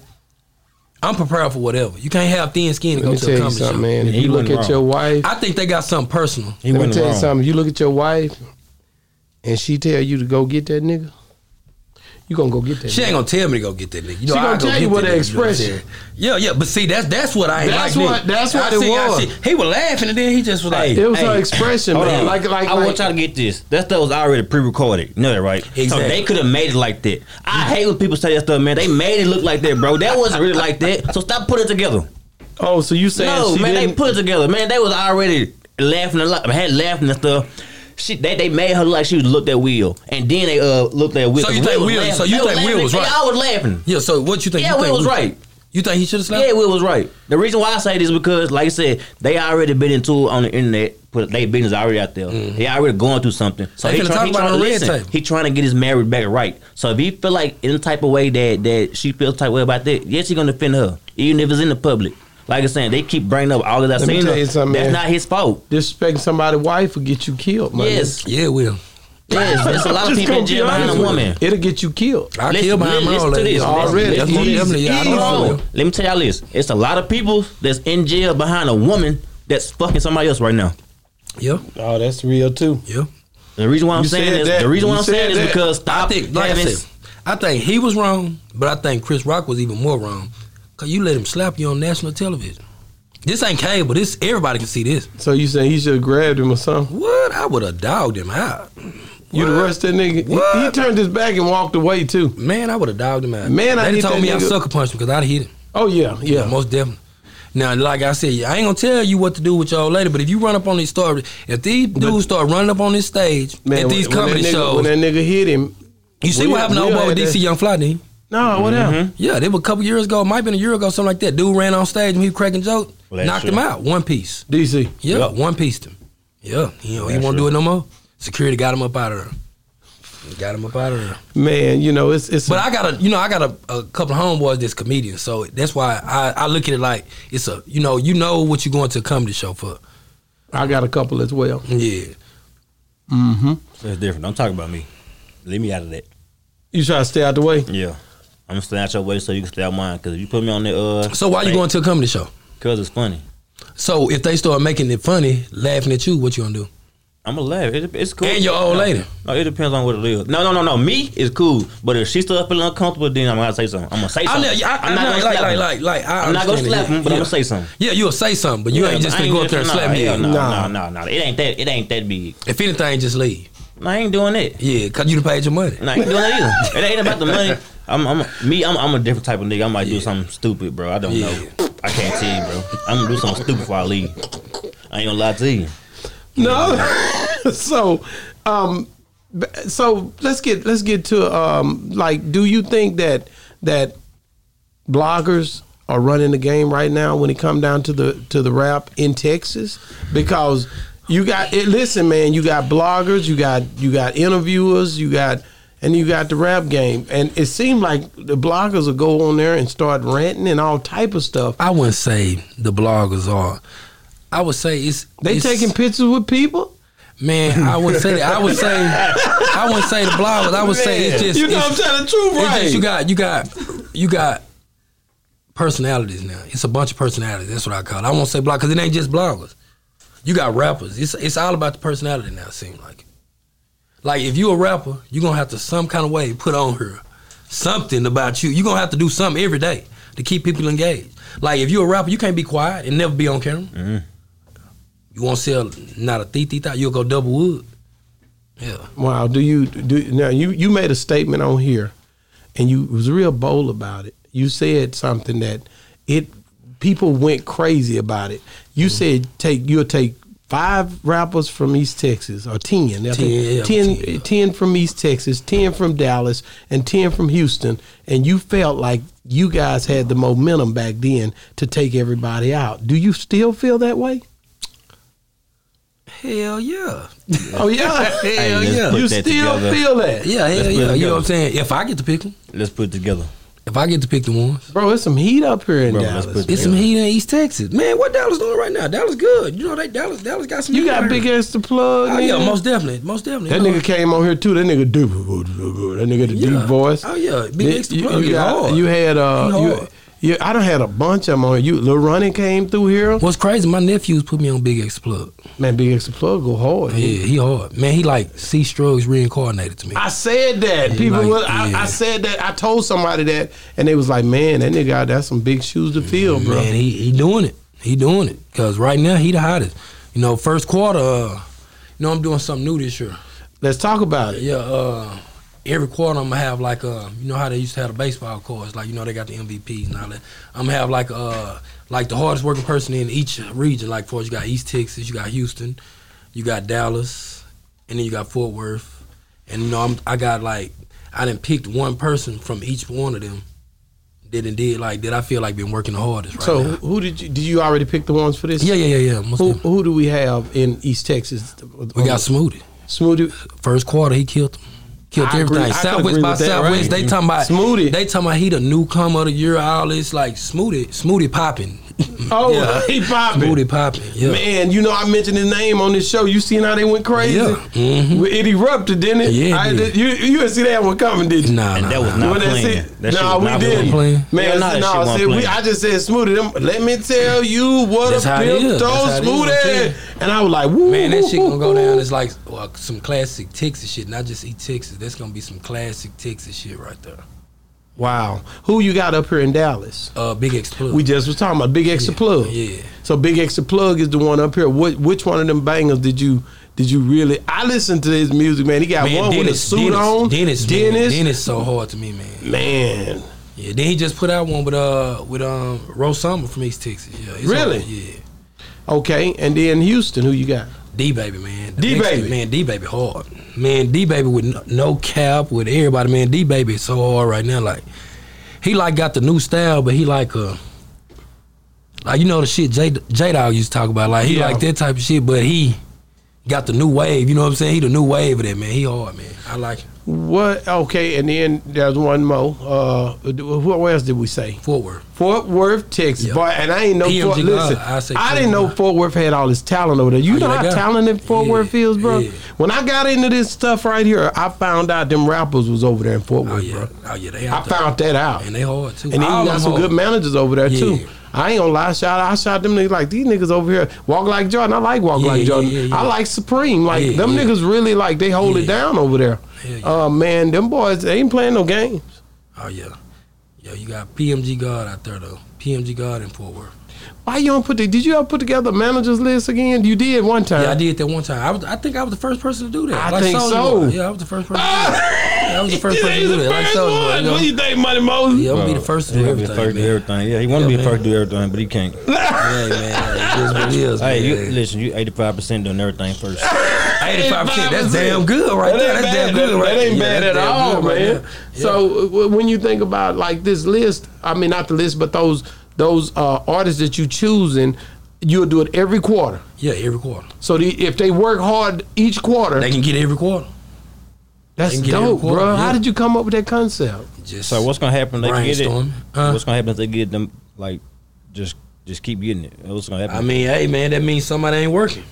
D: I'm prepared for whatever. You can't have thin skin
A: Let
D: to go
A: me
D: to
A: tell
D: a
A: you
D: comedy show.
A: something, man. If
C: He
A: you look at
C: wasn't wrong.
A: your wife,
D: I think they got something personal.
C: He
A: let me
C: went
A: tell you
C: wrong.
A: something. If you look at your wife, and she tell you to go get that nigga, you gonna go get that.
D: She
A: nigga.
D: ain't gonna tell me to go get that nigga. You know,
A: She gonna
D: I go
A: tell
D: get
A: you what
D: that
A: the
D: nigga, you know what I'm
A: expression.
D: saying? Yeah, yeah, but see, that's that's what I ain't
A: That's
D: like.
A: what-
D: nigga.
A: that's
D: I
A: what it
D: see- I
A: was.
D: see- He was laughing and then he just was like,
A: It was her
C: Hey,
A: expression,
C: Hold
A: man.
C: on.
A: Like, like,
C: I
A: like
C: want y'all to get this. That stuff was already pre-recorded. You know that, right?
D: Exactly.
C: So they could have made it like that. I hate when people say that stuff, man. They made it look like that, bro. That wasn't really like that. So stop putting it together.
A: oh, so you saying
C: No,
A: she
C: man, they
A: didn't?
C: put it together. Man, they was already laughing a lot. Had laughing and stuff. She, they, they made her look like she was looked at Will, and then they uh looked at Will.
D: So you think
C: was
D: Will-
C: laughing.
D: so you
C: They
D: think Will
C: laughing.
D: was
C: They
D: right?
C: all was laughing.
D: yeah. So what you think?
C: Yeah,
D: you
C: Will
D: think
C: was right.
D: You think he should have slapped?
C: Yeah, Will was right. The reason why I say this is because, like I said, they already been into it on the internet. Put they business already out there. They already going through something. So
D: Mm-hmm. They
C: he,
D: finna
C: try,
D: talk
C: he
D: about
C: trying
D: it
C: to
D: on Red
C: listen.
D: Table.
C: He trying to get his marriage back right. So if he feel like any type of way that that she feels type way about that, yes, he gonna defend her, even if it's in the public. Like I'm saying, they keep bringing up all of that.
A: Let me
C: seen
A: tell
C: her.
A: you something,
C: That's
A: man.
C: not his fault.
A: Disrespecting somebody's wife will get you killed, man.
C: Yes,
D: Yeah, Will.
C: yes. There's a lot of
A: Just
C: people
A: gonna
C: in
A: be
C: jail behind
A: honest
C: a
A: with
C: woman.
A: you. It'll get you killed.
D: I
C: Listen-
D: killed behind my
C: listen
D: own
C: to
D: lady
C: this.
A: Already.
D: That's
A: Easy,
D: more than definitely. Yeah, I don't know
A: easy.
D: Will.
C: Bro, let me tell y'all this. It's a lot of people that's in jail behind a woman that's fucking somebody else right now.
D: Yeah,
A: Oh, that's real too.
D: yeah.
C: The reason why I'm
A: You
C: saying
A: said
C: is
A: that.
C: the reason why
A: You
C: I'm
A: said
C: saying is
A: that.
C: because
D: I
C: stop
D: think, like I
C: having-
D: said, I think he was wrong, but I think Chris Rock was even more wrong because you let him slap you on national television. This ain't cable. This everybody can see this.
A: So you saying he should have grabbed him or something?
D: What? I would have dogged him out,
A: You'd have rushed that nigga. He- He,
D: What?
A: turned his back and walked away too.
D: man. I would have dogged him out.
A: Man, I
D: They'd
A: need
D: told
A: that
D: me I
A: nigga-
D: sucker punched him because I'd hit him.
A: Oh yeah,
D: Yeah,
A: yeah.
D: most definitely. Now, like I said, I ain't gonna tell you what to do with y'all later, but if you run up on these stars, if these dudes start running up on this stage
A: Man,
D: at these
A: when,
D: comedy
A: when that nigga,
D: shows,
A: when that nigga hit him.
D: you see
A: Will-
D: what happened to
A: Will
D: old boy
A: had
D: with
A: that-
D: DC Young Fly, didn't he?
A: No, what
C: Mm-hmm.
A: happened?
D: Yeah, they were a couple years ago. It might have been a year ago, something like that. Dude ran on stage and he was cracking joke,
C: Last
D: knocked
C: year.
D: him out, one piece.
A: DC.
D: Yeah,
C: Yep.
D: one pieced him. Yeah, you know he
C: Last
D: won't do
C: year.
D: it no more. Security got him up out of there. Got him up out of there.
A: Man, you know it's it's.
D: But I got a, you know, I got a, a couple of homeboys that's comedians, so that's why I, I look at it like it's a, you know, you know what you're going to a comedy show for.
A: I got a couple as well.
D: Yeah,
C: That's different. Don't talk about me. Leave me out of that.
A: You try to stay out the way.
C: Yeah. I'm gonna stay out your way so you can stay out mine. Cause if you put me on the uh
D: So why you going to a comedy show?
C: Cause it's funny.
D: So if they start making it funny, laughing at you, what you gonna do?
C: I'm gonna laugh. It, it's cool.
D: And your old
C: no,
D: lady.
C: No, it depends on what it is. No, no, no, no. Me is cool. But if she's still feeling uncomfortable, then I'm gonna say something. I'm gonna say
D: I,
C: something.
D: know- I, I,
C: am not
D: know,
C: gonna
D: like,
C: slap
D: like,
C: him.
D: like, like, I
C: I'm not gonna
D: understand
C: slap
D: it.
C: him, but
D: yeah.
C: I'm gonna say something.
D: Yeah, you'll say something, but you ain't
C: I
D: just gonna go up there and
C: nah,
D: slap me.
C: hell No,
A: Nah.
C: no, no, no. It ain't that. It ain't that big.
D: If anything, just leave.
C: I ain't doing it.
D: Yeah, cause you done paid your money.
C: Nah, I ain't doing that either. It ain't about the money. I'm, I'm me. I'm, I'm a different type of nigga. I might do something stupid, bro. I don't know. I can't tell you, bro. I'm gonna do something stupid before I leave. I ain't gonna lie to you.
A: No. so, um, b- so let's get let's get to um, like, do you think that that bloggers are running the game right now when it come down to the to the rap in Texas because You got it. Listen, man, you got bloggers, you got you got interviewers, you got and you got the rap game, and it seemed like the bloggers will go on there and start ranting and all type of stuff.
D: I wouldn't say the bloggers are. I would say it's
A: They
D: it's-
A: taking pictures with people.
D: man. I wouldn't say that. I would say I wouldn't say the bloggers. I would say it's just
A: You know,
D: it's-
A: I'm telling the truth,
D: It's
A: right?
D: just you got you got you got personalities now. It's a bunch of personalities. That's what I call it. I won't say blog because it ain't just bloggers. You got rappers. It's it's all about the personality now. It seems like. Like if you a rapper, you gonna have to some kind of way put on here something about you. You gonna have to do something every day to keep people engaged. Like if you a rapper, you can't be quiet and never be on camera. You won't sell not a thee thee thou. You'll go double wood. Yeah.
A: Wow, do you do now? You you made a statement on here, and you was real bold about it. You said something that it people went crazy about it. You said take you'll take five rappers from East Texas or ten, I think,
D: 10,
A: ten,
D: 10.
A: 10 from East Texas, ten from Dallas, and ten from Houston, and you felt like you guys had the momentum back then to take everybody out. Do you still feel that way?
D: Hell yeah.
A: Oh yeah,
D: Hell
C: let's
D: yeah.
C: put
A: you
C: that
A: still
C: together.
A: feel that.
D: Yeah,
C: Let's
D: hell
C: put it
D: yeah. You know
C: together.
D: what I'm saying? If I get to pick them,
C: Let's put it together.
D: if I get to pick the ones,
A: Bro, it's some heat up here in
C: Bro, let's
A: Dallas.
C: put
D: it's some heat in East Texas. Man, what Dallas doing right now? Dallas good. You know they Dallas Dallas got some.
A: You
D: heat
A: got
D: right
A: big
D: here.
A: ass to plug.
D: Oh yeah,
A: nigga.
D: most definitely, most definitely.
A: that
D: You know,
A: nigga came on here too. That nigga deep, that nigga the
D: yeah.
A: deep voice.
D: Oh yeah, big X to
A: You-
D: plug
A: you,
D: is
A: got-
D: hard.
A: you had uh,
D: He
A: you,
D: hard.
A: you- I don't had a bunch of them on here. You Lil Ronnie came through here.
D: What's crazy? My nephews put me on Big X Plug.
A: Man, Big X to plug go hard.
D: Yeah, he hard. Man, he like C Struggs reincarnated to me.
A: I said that. People,
D: like,
A: will- I,
D: yeah.
A: I said that. I told somebody that, and they was like, "Man, that nigga, out there, that's some big shoes to fill, bro."
D: Man, he he doing it. He doing it because right now he the hottest. You know, first quarter. Uh, you know, I'm doing something new this year.
A: Let's talk about it.
D: Yeah, uh, every quarter I'm gonna have like uh, you know how they used to have the baseball cards, like you know they got the MVPs and all that. I'm gonna have like uh, like the hardest working person in each region. Like for you got East Texas, you got Houston, you got Dallas, and then you got Fort Worth. And you know I'm, I got like I didn't picked one person from each one of them. That and did like that I feel like been working the hardest right
A: So,
D: now.
A: who did you? Did you already pick the ones for this?
D: Yeah, yeah, yeah, yeah. Most
A: Who, Um,
D: definitely.
A: who do we have in East Texas?
D: we got Smoothie.
A: Smoothie.
D: First quarter, he killed them. Killed
A: I agree.
D: everything.
A: I could
D: Southwest
A: agree
D: by
A: with that,
D: Southwest,
A: right?
D: they talking about
A: Smoothie.
D: They talking about he the newcomer of the year. All this like smoothie, smoothie popping,
A: Oh,
D: Yeah.
A: he popping.
D: smoothie popping. Yeah,
A: Man, you know I mentioned his name on this show. You seen how they went crazy?
D: Yeah. Mhm.
A: It erupted, didn't it?
D: Yeah, it
A: I-
D: did.
A: You you didn't see that one coming, did you?
D: nah,
C: And
D: nah,
C: that was
D: nah.
C: not
A: When
C: playing.
A: said-
C: That shit
A: nah,
C: was
A: we
C: not
A: didn't.
D: playing.
C: Hell
A: Man,
C: nah, that
A: nah,
C: shit
A: see,
C: wasn't
A: we,
C: playing.
A: I just said smoothie. Them, let me tell you what
D: That's
A: a
D: how it
A: pimp
D: is. That's how
A: told
D: it is. I'm
A: smoothie.
D: saying.
A: And I was like, woo,
D: Man, that
A: woo,
D: shit gonna
A: woo,
D: go down.
A: woo.
D: It's like well, some classic Texas shit, not just East Texas. That's gonna be some classic Texas shit right there.
A: Wow, who you got up here in Dallas?
D: Uh, Big X Plus.
A: We just was talking about Big Extra Plug.
D: yeah.
A: So Big Extra Plug is the one up here. What which one of them bangers did you did you really? I listened to his music, man. He got
D: man,
A: one with a suit
D: Dennis,
A: on.
D: Dennis, man.
A: Dennis,
D: Dennis, so hard to me, man.
A: man.
D: Yeah, then he just put out one with uh with um Rose Summer from East Texas. Yeah, it's
A: Really?
D: on- yeah.
A: Okay, and then Houston, who you got?
D: D baby man, The
A: D-Baby.
D: Mexican- man, D baby hard, man, D baby with no, no cap with everybody, man, D baby is so hard right now. Like he like got the new style, but he like uh like you know the shit J J Dog used to talk about, like he
A: Yeah.
D: like that type of shit, but he got the new wave. You know what I'm saying? He the new wave of that man. He hard man. I like him.
A: What? Okay, and then there's one more. Uh, what else did we say?
D: Fort Worth.
A: Fort Worth, Texas,
D: Yeah.
A: boy, and I ain't know.
D: PMG
A: Fort,
D: God,
A: listen,
D: I say
A: I,
D: PMG
A: didn't know
D: God.
A: Fort Worth had all this talent over there. You
D: Oh, yeah,
A: know
D: they
A: how
D: got it.
A: talented Fort
D: Yeah,
A: Worth is, bro.
D: yeah.
A: When I got into this stuff right here, I found out them rappers was over there in Fort
D: Oh
A: Worth,
D: yeah.
A: bro.
D: Oh yeah, they
A: I
D: out there.
A: found that out,
D: and
A: and,
D: they hard too.
A: then
D: All
A: you got
D: them
A: some
D: hard.
A: good managers over there
D: Yeah.
A: too. I ain't gonna lie, shout out, I shot them niggas like these niggas over here. Walk like Jordan, I like Walk
D: Yeah,
A: like
D: yeah,
A: Jordan.
D: yeah, yeah.
A: I like Supreme, like
D: Yeah,
A: them
D: yeah.
A: niggas really like they hold it
D: Yeah.
A: down over there.
D: Yeah, yeah.
A: Uh, man, them boys they ain't playing no games.
D: Oh yeah. Yo, you got PMG God out there though. PMG God in Fort Worth.
A: Why you don't put the? Did you ever put together a managers list again? You did one time.
D: Yeah, I did that one time. I was, I think I was the first person to do that.
A: I think
D: Soulja
A: so.
D: Boy. Yeah, I was the first person. To do that. Yeah, I was the first
A: You
D: person to
A: ain't
D: do that. Like
A: first
D: Soulja Boy.
A: one.
D: You know?
A: What do you think, Money Moses?
D: Yeah, I'm gonna be the first to do
C: He'll Oh. be the
D: everything.
C: first to do
D: man.
C: everything. Yeah, he want to be
D: Yeah,
C: the first to do everything, but he can't.
D: Hey man, it is what it is.
C: Hey, you,
D: man.
C: listen, you 85% doing everything first.
D: 85 percent. That's
A: 85%.
D: damn good right
A: That
D: there.
A: ain't
D: That's damn
A: bad.
D: good
A: That-
D: right
A: That
D: there.
A: ain't
D: Yeah,
A: bad
D: that's
A: at
D: damn
A: all,
D: good right
A: man.
D: there. Yeah.
A: So w- when you think about like this list, I mean not the list, but those those uh, artists that you choosing, you'll do it every quarter.
D: Yeah, every quarter.
A: So the, if they work hard each quarter,
D: They can get it every quarter.
A: that's
D: can get every
A: dope,
D: quarter,
A: bro. How
D: yeah.
A: did you come up with that concept?
D: Just
C: So what's gonna happen? if They get it.
D: Brainstorm. Huh?
C: What's gonna happen if they get them? Like, just just keep getting it. What's gonna happen?
D: I mean, hey man, that means somebody ain't working.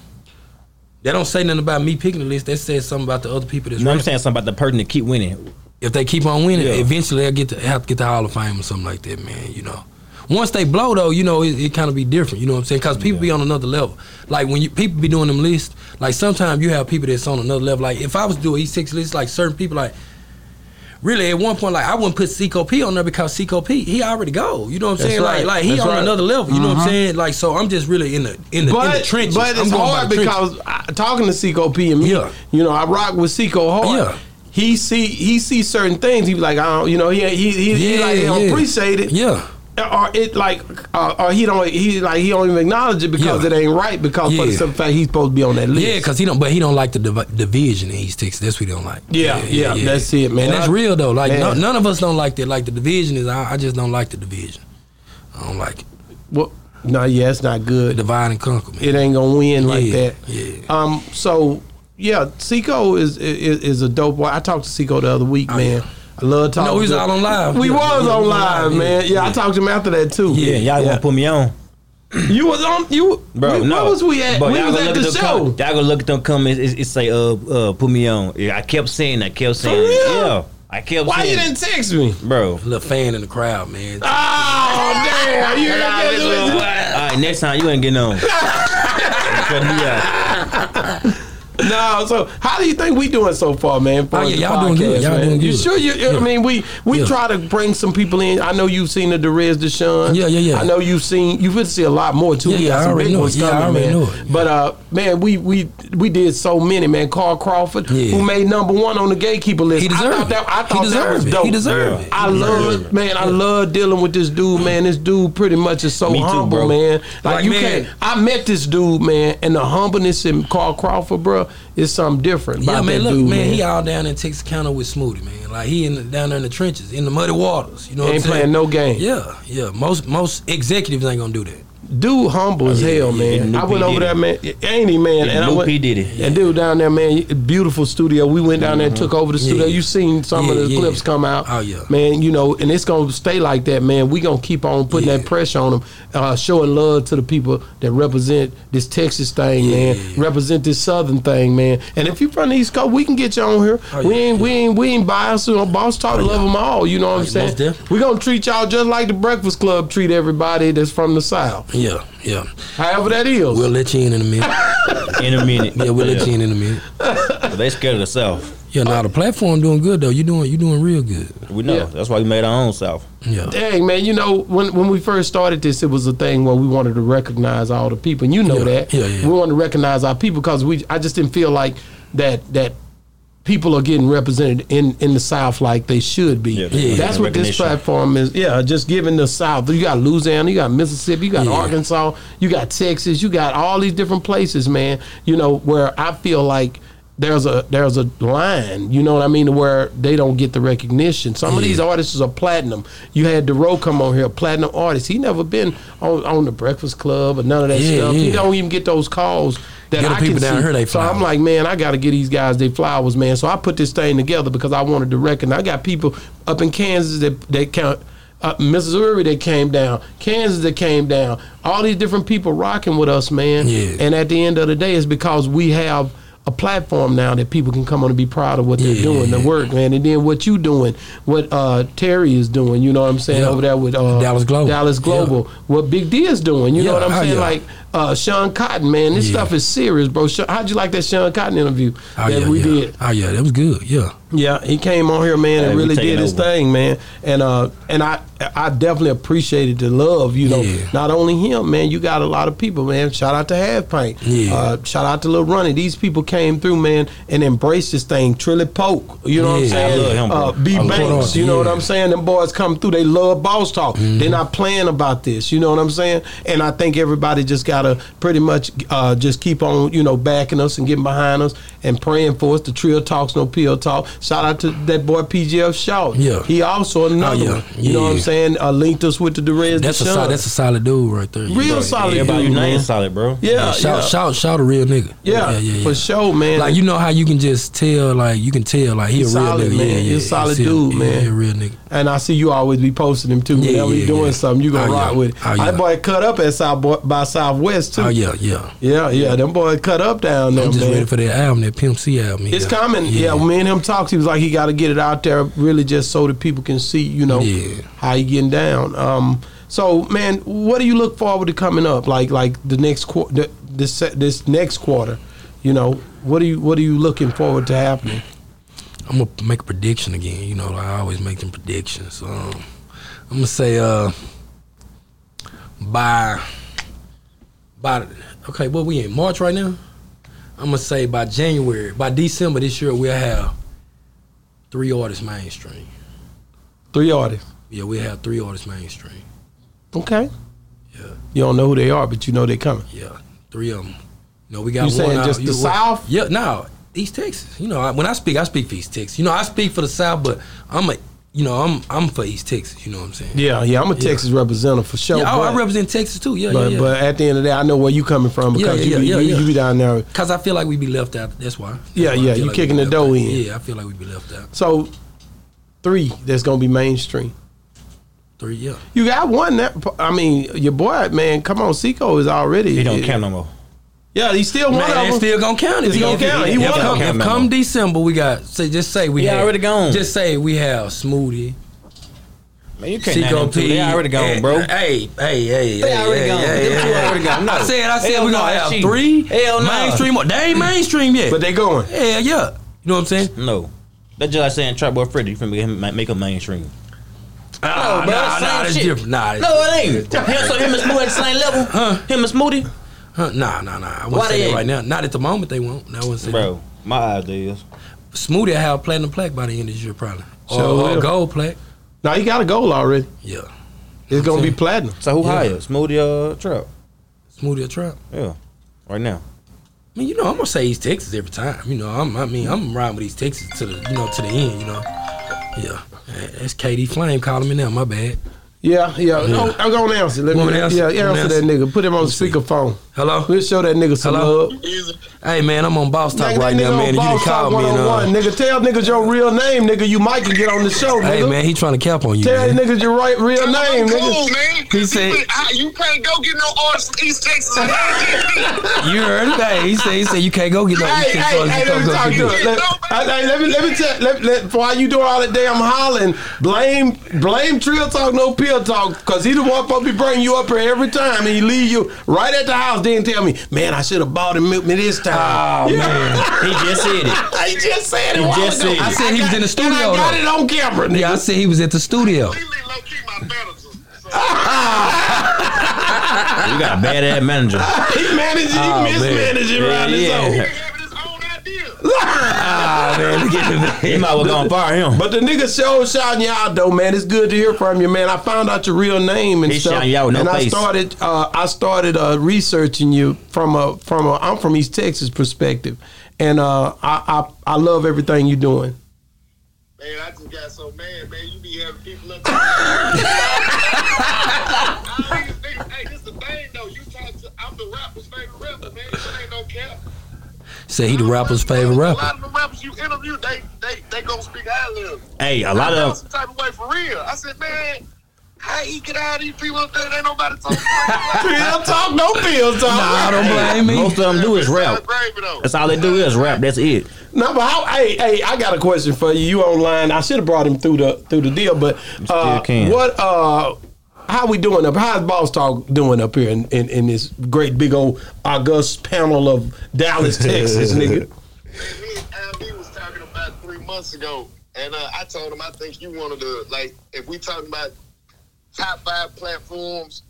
D: They don't say nothing about me picking the list. They said something about the other people that's
C: no, I'm
D: rapping.
C: saying something about the person that keep winning.
D: If they keep on winning,
C: Yeah.
D: eventually they'll get to have to get the Hall of Fame or something like that, man. You know. Once they blow though, you know it, it kind of be different. You know what I'm saying? Because people be on another level. Like when you people be doing them lists, like sometimes you have people that's on another level. Like if I was to do an E6 list, like certain people, like really at one point, like I wouldn't put Seco P on there because Seco P he already go. You know what I'm
A: That's
D: saying?
A: right.
D: Like like he
A: That's
D: on
A: right. Uh-huh.
D: another level. You know what I'm saying? Like so I'm just really in the in the, in the
A: But,
D: trenches.
A: but
D: I'm
A: it's
D: going by
A: hard
D: the trenches.
A: because I, talking to Seco P and me,
D: Yeah.
A: you know, I rock with Seco hard.
D: Yeah.
A: He see he see certain things. He be like, I don't, you know, he he he, he like he don't appreciate it,
D: Yeah.
A: or it like, uh, or he don't he like he don't even acknowledge it because
D: Yeah.
A: it ain't right because for the
D: Yeah.
A: simple fact he's supposed to be on that list.
D: Yeah, because he don't, but he don't like the div- division in East Texas. That's what he don't like.
A: Yeah, yeah, that's it, man.
D: And that's
A: I-
D: real though. Like no,
A: Man.
D: none of us don't like that. Like the division is, I, I just don't like the division. I don't like it.
A: Well, no, yeah, it's not good.
D: Divide and conquer, man.
A: It ain't gonna win like
D: Yeah,
A: that.
D: yeah.
A: Um. So yeah, Seco is is, is a dope boy. I talked to Seco the other week,
D: Oh,
A: man. I love talking.
D: No, we was
A: to-
D: all on live.
A: We
D: Oh, Yeah,
A: was
D: yeah,
A: on
D: we
A: live, man. Yeah, I talked to him after that too.
C: Yeah, y'all gonna put me on,
A: You was on you,
C: bro.
A: we-
C: no,
A: Where was we at?
C: Bro,
A: we
C: y'all
A: was
C: gonna
A: at
C: look
A: the
C: them
A: show.
C: Com- y'all gonna look at them comments. It, it say, uh, uh, put me on. Yeah, I kept saying, I kept saying,
A: real?
C: yeah, I kept.
A: Why
C: saying
A: you
C: it.
A: didn't text me?
C: bro?
D: A little fan in the crowd, man.
A: Oh damn! You
C: Nah,
A: didn't
C: listen,
A: do
C: boy.
A: it.
C: All right, next time you ain't getting on. Cut me out.
A: No. So how do you think we doing so far, man? for
D: Oh, yeah,
A: the
D: y'all doing good. Y'all
A: man?
D: doing
A: You
D: good.
A: sure? You, I
D: Yeah.
A: mean, we we
D: Yeah.
A: try to bring some people in. I know you've seen the Derez Deshaun.
D: Yeah, yeah, yeah.
A: I know you've seen. You've been see a lot more too.
D: Yeah,
A: We
D: yeah,
A: got
D: I
A: some
D: already
A: big
D: know
A: ones
D: it. Yeah, I
A: coming,
D: already
A: man.
D: know it.
A: But uh, man, we we we did so many, man. Carl Crawford,
D: Yeah.
A: who made number one on the gatekeeper list.
D: He
A: I
D: deserved
A: thought
D: it.
A: that, I
D: He
A: thought that
D: deserved
A: was
D: it.
A: dope.
D: He deserved it.
A: I
D: He deserved
A: love, man. I love dealing with this dude, man. This dude pretty much is so
C: Me too,
A: humble,
C: bro.
A: man. Like,
D: Like,
A: you
D: man.
A: can't. I met this dude, man, and the humbleness in Carl Crawford, bro, is something different.
D: yeah,
A: about
D: man.
A: that
D: Look,
A: dude,
D: man, He all down in Texas County with Smoothie, man. Like he in the, down there in the trenches, in the muddy waters. You know, what
A: Ain't
D: I'm saying?
A: playing no game.
D: Yeah, yeah. Most most executives ain't gonna do that.
A: dude humble
D: Oh,
A: as hell,
C: yeah,
A: man.
C: Lupe
A: I went over
C: did
A: there,
C: it.
A: man. Ain't he, man?
C: Yeah,
A: and I
C: Lupe
A: went,
C: did it.
A: And dude down there, man, beautiful studio. We went down there and took over the studio.
D: Mm-hmm. Yeah.
A: You seen some
D: Yeah,
A: of the
D: yeah.
A: clips come out.
D: Oh, yeah.
A: Man, you know, and it's gonna stay like that, man. We gonna keep on putting that
D: Yeah.
A: pressure on them, uh, showing love to the people that represent this Texas thing,
D: Yeah,
A: man.
D: yeah, yeah.
A: Represent this Southern thing, man. And if you from the East Coast, we can get you on here.
D: Oh,
A: we
D: yeah, Oh,
A: ain't we ain't we ain't biased. You know, boss talk, love them all. You know what I'm
D: yeah,
A: saying?
D: most definitely.
A: We gonna treat y'all just like the Breakfast Club treat everybody that's from the South.
D: Yeah, yeah.
A: However that is.
D: We'll let you in in a minute.
C: In a minute.
D: Yeah, we'll let you in in a minute.
C: They scared of themselves.
D: Yeah, now the platform doing good though. You doing you doing real good.
C: We know.
A: Yeah.
C: That's why we made our own self.
D: Yeah.
A: Dang man, you know when when we first started this, it was a thing where we wanted to recognize all the people, and you know
D: Yeah,
A: that.
D: yeah, yeah.
A: We wanted to recognize our people because we I just didn't feel like that that people are getting represented in in the South like they should be.
C: Yeah, they-
A: That's
C: yeah,
A: what this
C: recognition.
A: platform is. Yeah, just giving the South. You got Louisiana, you got Mississippi, you got
D: Yeah.
A: Arkansas, you got Texas, you got all these different places, man. You know where I feel like. There's a there's a line, you know what I mean, to where they don't get the recognition. Some of
D: Yeah.
A: these artists are platinum. You had Dero come on here, platinum artist. He never been on, on the Breakfast Club or none of that
D: Yeah,
A: stuff. He
D: yeah.
A: don't even get those calls that
D: Yeah, the
A: I can
D: people down
A: see.
D: here, they
A: so I'm
D: flowers.
A: like, man, I got to get these guys their flowers, man. So I put this thing together because I wanted to recognize. I got people up in Kansas that that count. Uh, Missouri that came down, Kansas that came down, all these different people rocking with us, man.
D: Yeah.
A: And at the end of the day, it's because we have a platform now that people can come on and be proud of what they're
D: Yeah,
A: doing, the
D: yeah.
A: work, man. And then what you doing, what uh, Terry is doing, you know what I'm saying
D: Yeah.
A: over there with uh,
D: Dallas Global.
A: Dallas Global, what Big D is doing, you know
D: Yeah,
A: what I'm
D: oh,
A: saying,
D: yeah.
A: like uh, Sean Cotton, man. This
D: Yeah.
A: stuff is serious, bro. Sha- How'd you like that Sean Cotton interview
D: Oh
A: that
D: yeah,
A: we
D: yeah.
A: did?
D: Oh yeah, that was good. Yeah.
A: Yeah, he came on here, man,
C: Hey,
A: and
C: we
A: really
C: taking
A: did his
C: over.
A: thing, man. And uh, and I, I definitely appreciated the love. You know,
D: Yeah.
A: not only him, man. You got a lot of people, man. Shout out to Half Paint.
D: Yeah.
A: Uh, shout out to Lil Runny. These people came through, man, and embraced this thing. Trilly Poke, you know what I'm
D: Yeah.
A: saying?
C: I love him, bro.
A: Uh, B
C: I love
A: Banks,
D: him.
A: you know what
D: Yeah.
A: I'm saying? Them boys
D: Mm-hmm.
A: come through. They love Boss Talk. They're not playing about this. You know what I'm saying? And I think everybody just got gotta pretty much uh, just keep on, you know, backing us and getting behind us and praying for us. The trio talks, no pill talk. Shout out to that boy PGF Shaw.
D: Yeah. Oh,
A: he also another.
D: yeah.
A: one. You know
D: Yeah.
A: what I'm saying? Uh, linked us with the Derez.
D: That's a
A: Deshaun.
D: sol- that's a solid dude right there.
A: real
D: Yeah,
A: solid.
C: Everybody
A: dude, man.
C: united solid, bro.
A: Yeah, yeah,
D: Shout, shout, shout a real nigga.
A: yeah, for sure, man.
D: Like you know how you can just tell, like you can tell, like he a
A: He's
D: real
A: solid,
D: nigga.
A: man.
D: Yeah,
A: He
D: yeah,
A: a solid
D: see him.
A: dude,
D: Yeah,
A: man.
D: He a real nigga.
A: And I see you always be posting him too.
D: Yeah,
A: Whenever
D: yeah,
A: you doing
D: yeah.
A: something, you gonna
D: Oh,
A: rock
D: yeah.
A: with it.
D: Oh,
A: That
D: yeah.
A: boy cut up at South Boy, by Southwest too.
D: Oh yeah, yeah.
A: yeah, yeah. Them boy cut up down there,
D: I'm just
A: man.
D: ready for that album, that Pimp C album.
A: it's
D: yeah.
A: coming. Yeah. me and him talks. He was like, he got to get it out there, really, just so that people can see, you know,
D: Yeah.
A: how you getting down. Um, so, man, what do you look forward to coming up? Like, like the next quarter, this se- this next quarter, you know, what are you what are you looking forward to happening?
D: I'm gonna make a prediction again. You know, I always make them predictions. Um, I'm gonna say uh, by by okay, what we in March right now? I'm gonna say by January, by December this year, we'll have three artists mainstream.
A: Three artists.
D: Yeah, we'll have three artists mainstream.
A: Okay.
D: Yeah.
A: You don't know who they are, but you know they're coming.
D: Yeah, three of them. No, we got
A: You
D: one.
A: saying
D: out-
A: just the
D: you-
A: South?
D: Yeah, no, East Texas. You know, I, when I speak, I speak for East Texas. You know, I speak for the South, but I'm a, you know, I'm I'm for East Texas. You know what I'm saying?
A: Yeah, yeah. I'm a Texas representative for sure.
D: Yeah, oh,
A: but,
D: I represent Texas too. Yeah,
A: but,
D: yeah, yeah.
A: but at the end of the day, I know where you coming from
D: Yeah,
A: because
D: yeah,
A: you, be,
D: yeah,
A: you,
D: yeah.
A: you be down there.
D: Cause I feel like we be left out. That's why. That's
A: Yeah,
D: why I
A: yeah,
D: feel
A: you
D: like we
A: kicking
D: be
A: the
D: left
A: dough
D: out.
A: in.
D: Yeah, I feel like we be left out.
A: So three that's gonna be mainstream.
D: Three, yeah.
A: You got one that I mean, your boy, man. Come on, Seco is already.
C: He don't count no more.
A: Yeah, he's still one
D: Man,
A: of
D: that's
A: them.
D: still gonna count. It's
A: He gonna count. He
D: if,
A: one of
D: come,
C: them.
D: if come December, we got. Say, just say we.
C: He
D: have,
C: already gone.
D: Just say we have smoothie.
C: Man, you can't
D: Chico
C: name
D: P.
C: two. They already gone,
D: Hey,
C: bro.
D: Hey, hey, hey.
C: They already
D: hey,
C: gone.
D: hey,
C: Them two
D: hey.
C: already gone. No.
D: I said, I said
C: Hell
D: we're
C: no,
D: gonna
C: that's
D: have
C: cheating.
D: three
C: Hell no.
D: mainstream. They ain't mainstream yet.
A: But they going.
D: yeah, yeah. You know what I'm saying?
C: No. That's just like saying Trap Boy Freddy from make a mainstream.
A: Oh,
D: Ah,
C: bro,
D: nah,
C: that's
D: nah,
C: same
D: that's
C: shit.
D: different. Nah, that's
C: No, it ain't. Him, so him and Smoothie at the same level. Him and Smoothie,
D: Huh, nah, nah, nah. I wouldn't
C: Why
D: say
C: they
D: that
C: ain't?
D: right now. Not at the moment they won't. No, I wouldn't say
C: bro. My idea is
D: that. Smoothie will have platinum plaque by the end of this year, probably. Or,
A: Sure
D: or
A: will.
D: gold plaque.
A: Now he got a goal already.
D: Yeah.
A: It's gonna be platinum.
C: so who
D: Yeah.
C: hired Smoothie uh Trap?
D: Smoothie or trap.
C: Yeah, right now.
D: I mean, you know, I'm gonna say East Texas every time. You know, I'm, I mean, I'm riding with East Texas to the, you know, to the end. You know, yeah. That's KD Flame calling me now. My bad.
A: Yeah, yeah. No, I'm gonna answer. Let me.
D: Want me to answer?
A: Yeah,
D: Want me
A: answer,
D: to
A: that nigga. Put him on
D: see.
A: speakerphone.
D: Hello.
A: We'll show that nigga some
D: Hello?
A: love.
D: Hey man, I'm on Boss Talk
A: Dang,
D: right
A: that
D: now,
A: nigga
D: man.
A: on
D: and You done
A: Boss Talk
D: called me and uh,
A: 101. Nigga, tell niggas your real name, nigga. You might can get on the show, nigga.
D: hey man, he trying to cap on you.
A: Tell
D: Man.
A: niggas your right real name,
E: I'm
A: nigga.
E: cool, man.
D: He said-
E: you, I, you can't go get no artists from East Texas. and I can't
D: You heard it? Hey, he said he said you can't go get no. you
A: Hey,
D: can't
A: hey,
D: go-
A: hey,
D: you
A: let me
D: can't
A: talk
D: go
A: to
D: get-
A: it. Let, I- I- let me, let me tell, let, let, for you doing all that damn hollering, blame, blame Trill Talk, no pill talk, because he the one supposed to be bringing you up here every time, and he leave you right at the house, then tell me, man, I should have bought him milk me this time.
C: Oh
A: Yeah.
C: man, he just said it.
A: He just said it.
C: He
A: a while
C: just
A: ago.
C: said it. I
D: said he was
A: got-
D: in the
A: and
D: studio,
A: I got
D: though.
A: it on camera, nigga.
D: Yeah, I said he was at the studio.
E: Really low key my manager. So,
C: You got a bad ass manager.
A: He managing, he
D: Oh, man.
A: mismanaging around his
C: Yeah.
A: own.
E: he having his own idea.
C: You might well go and fire him.
A: But the nigga show shouting you out though, man. It's good to hear from you, man. I found out your real name and
C: He
A: stuff,
C: shouting you out, no
A: and I
C: face.
A: started, uh, I started uh, researching you from a from a I'm from East Texas perspective, and uh, I, I I love everything you're doing.
E: Man, I just got so mad, man. You be having people up. I don't even think- hey, this the thing though. You talk to I'm the rapper's favorite rapper, man. This ain't no cap.
D: Said he the rapper's favorite
E: A
D: rapper.
E: lot of the rappers you interview, they they they gonna speak high level.
C: Hey, a lot
E: I felt
C: of
E: some type of way for real. I said, man, how he get out of these people up there? Ain't nobody talking. to him."
A: Pill talk, no pill talk.
D: Nah, I don't blame me.
C: most of them do is rap.
E: Gravy, though.
C: That's all they do is rap. That's it.
A: No, but how, hey, hey, I got a question for you. You online? I should have brought him through the through the deal, but uh,
C: still can.
A: what? Uh, how we doing up? How's Boss Talk doing up here in, in, in this great big old august panel of Dallas, Texas, nigga?
E: me and Andy was talking about three months ago, and uh, I told him I think you wanted to like if we talking about top five platforms,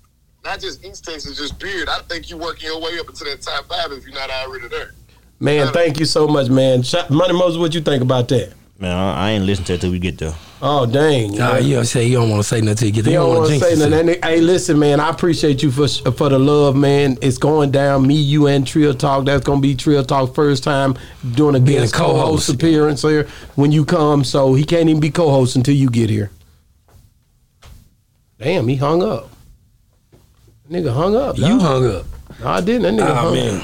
E: not just East Texas, just period. I think you working your way up into that top five if you're not already there.
A: Man, thank you so much, man. Sh- Money Moses, what you think about that?
C: Man, I, I ain't listen to it till we get there.
A: Oh dang!
D: Nah,
A: man.
D: you don't say you don't want to say nothing till you get there.
A: They don't
D: You don't
A: want to
D: jinx
A: say
D: yourself.
A: nothing. And, Hey, listen, man. I appreciate you for for the love, man. It's going down. Me, you, and Trill Talk. That's going to be Trill Talk first time doing a
D: Being
A: guest
D: a co-host.
A: co-host appearance here when you come. So he can't even be co-host until you get here. Damn, he hung up. Nigga hung up.
D: You
A: dog.
D: hung up.
A: No, I didn't. That nigga
D: Ah,
A: hung
D: man.
A: up.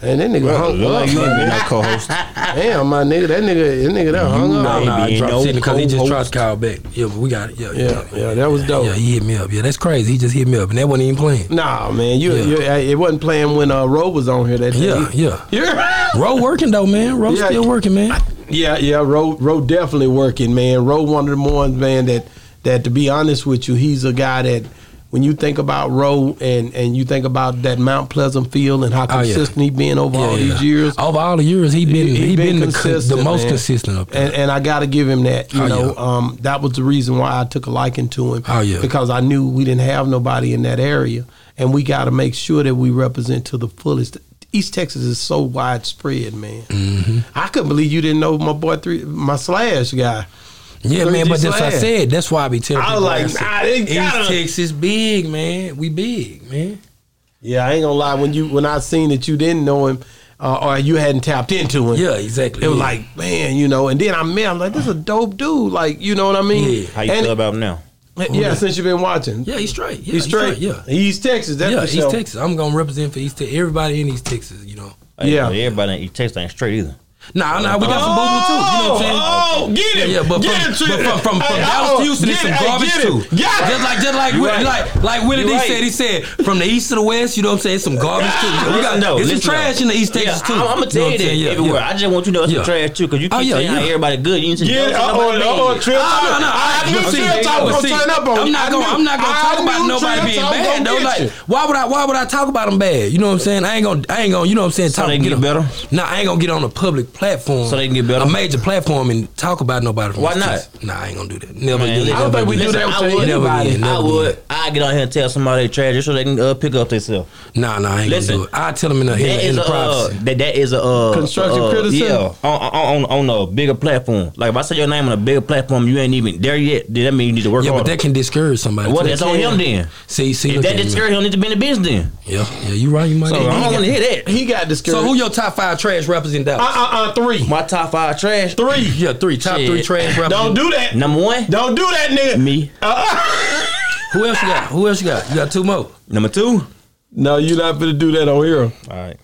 A: And that nigga hung
C: Look like
A: up.
C: you ain't
A: man.
C: been no co-host.
A: Damn, my nigga. That nigga. That nigga. That hung up.
D: Nah,
C: Maybe
D: nah, I
C: ain't
D: dropped
C: no
D: it because he just
C: co-host.
D: tried to call back. Yeah, but we got it. Yeah,
A: Yeah, yeah, that was dope.
D: Yeah, he hit me up. Yeah, that's crazy. He just hit me up, and that wasn't even playing.
A: Nah, man, you,
D: Yeah.
A: you it wasn't playing when uh, Roe was on here that day.
D: Yeah, yeah.
A: yeah,
D: Roe working though, man. Roe
A: Yeah.
D: still working, man.
A: yeah, yeah. Roe, Roe definitely working, man. Roe one of the ones, man. That that to be honest with you, he's a guy that when you think about Roe and and you think about that Mount Pleasant field and how
D: Oh, yeah. Oh,
A: consistent he been over all these years.
D: Over all the years, he been he,
A: He- he
D: been,
A: been
D: the, co- the
A: consistent,
D: most
A: man.
D: consistent up there.
A: And, and I got to give him that. You
D: Oh,
A: know,
D: yeah.
A: um, that was the reason why I took a liking to him.
D: Oh, yeah.
A: Because I knew we didn't have nobody in that area, and we got to make sure that we represent to the fullest. East Texas is so widespread, man.
D: Mm-hmm.
A: I couldn't believe you didn't know my boy three, my slash guy.
D: yeah,
A: Three
D: man.
A: G
D: But that's what I
A: Slab.
D: said. That's why I be telling.
A: I
D: people,
A: was like, nah, they
D: East
A: gotta-
D: Texas big, man. We big, man.
A: Yeah, I ain't gonna lie. When you when I seen that you didn't know him, uh, or you hadn't tapped into him,
D: Yeah, exactly.
A: It was
D: yeah.
A: like, man, you know, and then I met him like this is a dope dude. Like, you know what I mean?
D: Yeah.
C: How you
A: And-
C: feel about him now?
A: yeah, since you've been watching.
D: yeah, he's straight. Yeah,
A: He's straight.
D: Yeah.
A: East Texas. That's
D: yeah,
A: for
D: East
A: sure.
D: Texas. I'm gonna represent for East Texas. Everybody in East Texas, you know.
C: Hey,
A: Yeah.
C: but everybody ain't text ain't straight either.
D: Nah, nah, we got some boo too. You know what I'm saying?
A: Oh, oh, get it.
D: Yeah, but
A: Get
D: from,
A: it to
D: but
A: it.
D: from, from, from
A: Hey,
D: Dallas
A: oh,
D: to Houston,
A: get
D: it's some
A: it. Hey,
D: garbage
A: get it.
D: too.
A: Yeah.
D: Just like just like Willie-
C: right.
D: like like Willie
C: You
D: D
C: right.
D: said, he said from the east to the west. You know what I'm saying? It's some garbage too. We got
C: Listen though,
D: it's some
C: listen
D: trash
C: though.
D: in the East Texas
C: yeah,
D: too.
C: I'm, I'm gonna
D: You know
C: tell
D: what
C: you that
D: saying? Yeah,
C: everywhere.
D: yeah.
C: I just want you to know it's
D: Yeah.
C: some trash too, cause you keep
D: Oh, yeah,
C: saying how
D: yeah.
C: everybody good. You didn't
A: Yeah, uh oh, uh oh, Trill
D: Oh, no, no,
A: Talk.
D: I-
A: I knew
D: but see,
A: Trill Talk
D: but
A: was
D: see,
A: gonna turn up on
D: I'm
A: you.
D: not
A: I
D: gonna.
A: knew-
D: I'm not gonna
A: I
D: talk
A: knew
D: about nobody
A: Trill
D: being
A: Talk
D: bad
A: gonna
D: though.
A: get you.
D: Like, why would I? Why would I talk about them bad? You know what I'm saying? I ain't gonna. I ain't gonna. You know what I'm saying?
C: So they can
D: get
C: get
D: on-
C: better?
D: Nah, I ain't gonna get on a public platform.
C: So they can get better?
D: A major platform and talk about nobody. From
C: Why
D: East
C: not?
D: Texas. Nah, I ain't gonna do that. Never.
C: Man,
D: again,
C: listen,
A: I don't
D: never
A: think we
D: again.
A: do that
C: I
A: with
C: would,
D: Never
A: anybody.
D: again,
C: I
D: never again.
C: would, I get on here and tell somebody they trash just so they can uh, pick up themselves.
D: Nah, nah, I ain't
C: Listen,
D: gonna do it. I tell them in the, in,
C: That
D: the- in
C: is
D: the
C: a uh,
D: privacy.
C: that that is a uh,
A: Constructive
C: uh,
A: criticism?
C: Yeah, on, on on on a bigger platform. Like if I say your name on a bigger platform, you ain't even there yet. Then that mean you need to work
D: yeah,
C: harder.
D: but that can discourage somebody.
C: well,
D: too.
C: that's on him then.
D: See, see,
C: If
D: look
C: that
D: at me.
C: discourage him, need to be in the business then.
D: Yeah, yeah, you right. You might.
C: So
D: be-
C: I don't want to hear that.
A: He got discouraged.
D: so who your top five trash rappers in
A: Uh
D: Dallas?
A: uh uh three.
C: My top five trash.
A: Three.
D: yeah, three top
C: Shit.
D: three trash rappers.
A: Don't do that.
C: Number one,
A: Don't do that, nigga.
C: me.
D: Who else you got? Who else you got? You got two more.
C: Number two.
A: No, you're not gonna do that on here.
C: All right.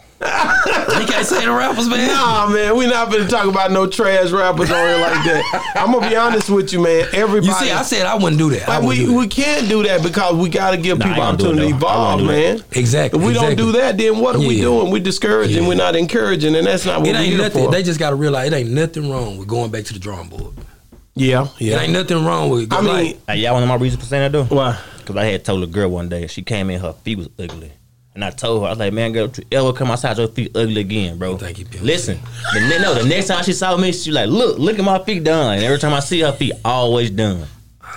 D: You can't say the rappers, man.
A: Nah, man, we not gonna talk about no trash rappers on here like that. I'm gonna be honest with you, man. Everybody,
D: You see, I said I wouldn't do that. I
A: Like,
D: wouldn't
A: we,
D: do
A: we can't do that because we got to give
C: Nah,
A: people
C: I ain't gonna do
A: opportunity
C: it,
A: to
C: though. I
A: evolve,
C: wouldn't do
A: man.
D: that. Exactly,
A: If we
D: exactly.
A: don't do that, then what are we
D: Yeah.
A: doing? We're discouraging.
D: Yeah.
A: We're not encouraging, and that's not
D: that.
A: what
D: It
A: we're
D: ain't
A: here
D: nothing.
A: for.
D: They just got to realize it ain't nothing wrong with going back to the drawing board.
A: yeah,
D: It
A: yeah.
D: ain't nothing wrong with.
A: I
D: like,
A: mean,
C: Hey, y'all want to know my reason for saying that though?
A: why?
C: Because I had told a girl one day she came in her feet was ugly. And I told her, I was like, man, girl, if you ever come outside your feet ugly again, bro.
D: Thank you, Bill.
C: Listen, the ne- no, the next time she saw me, she like, look, look at my feet done. And every time I see her feet, always done.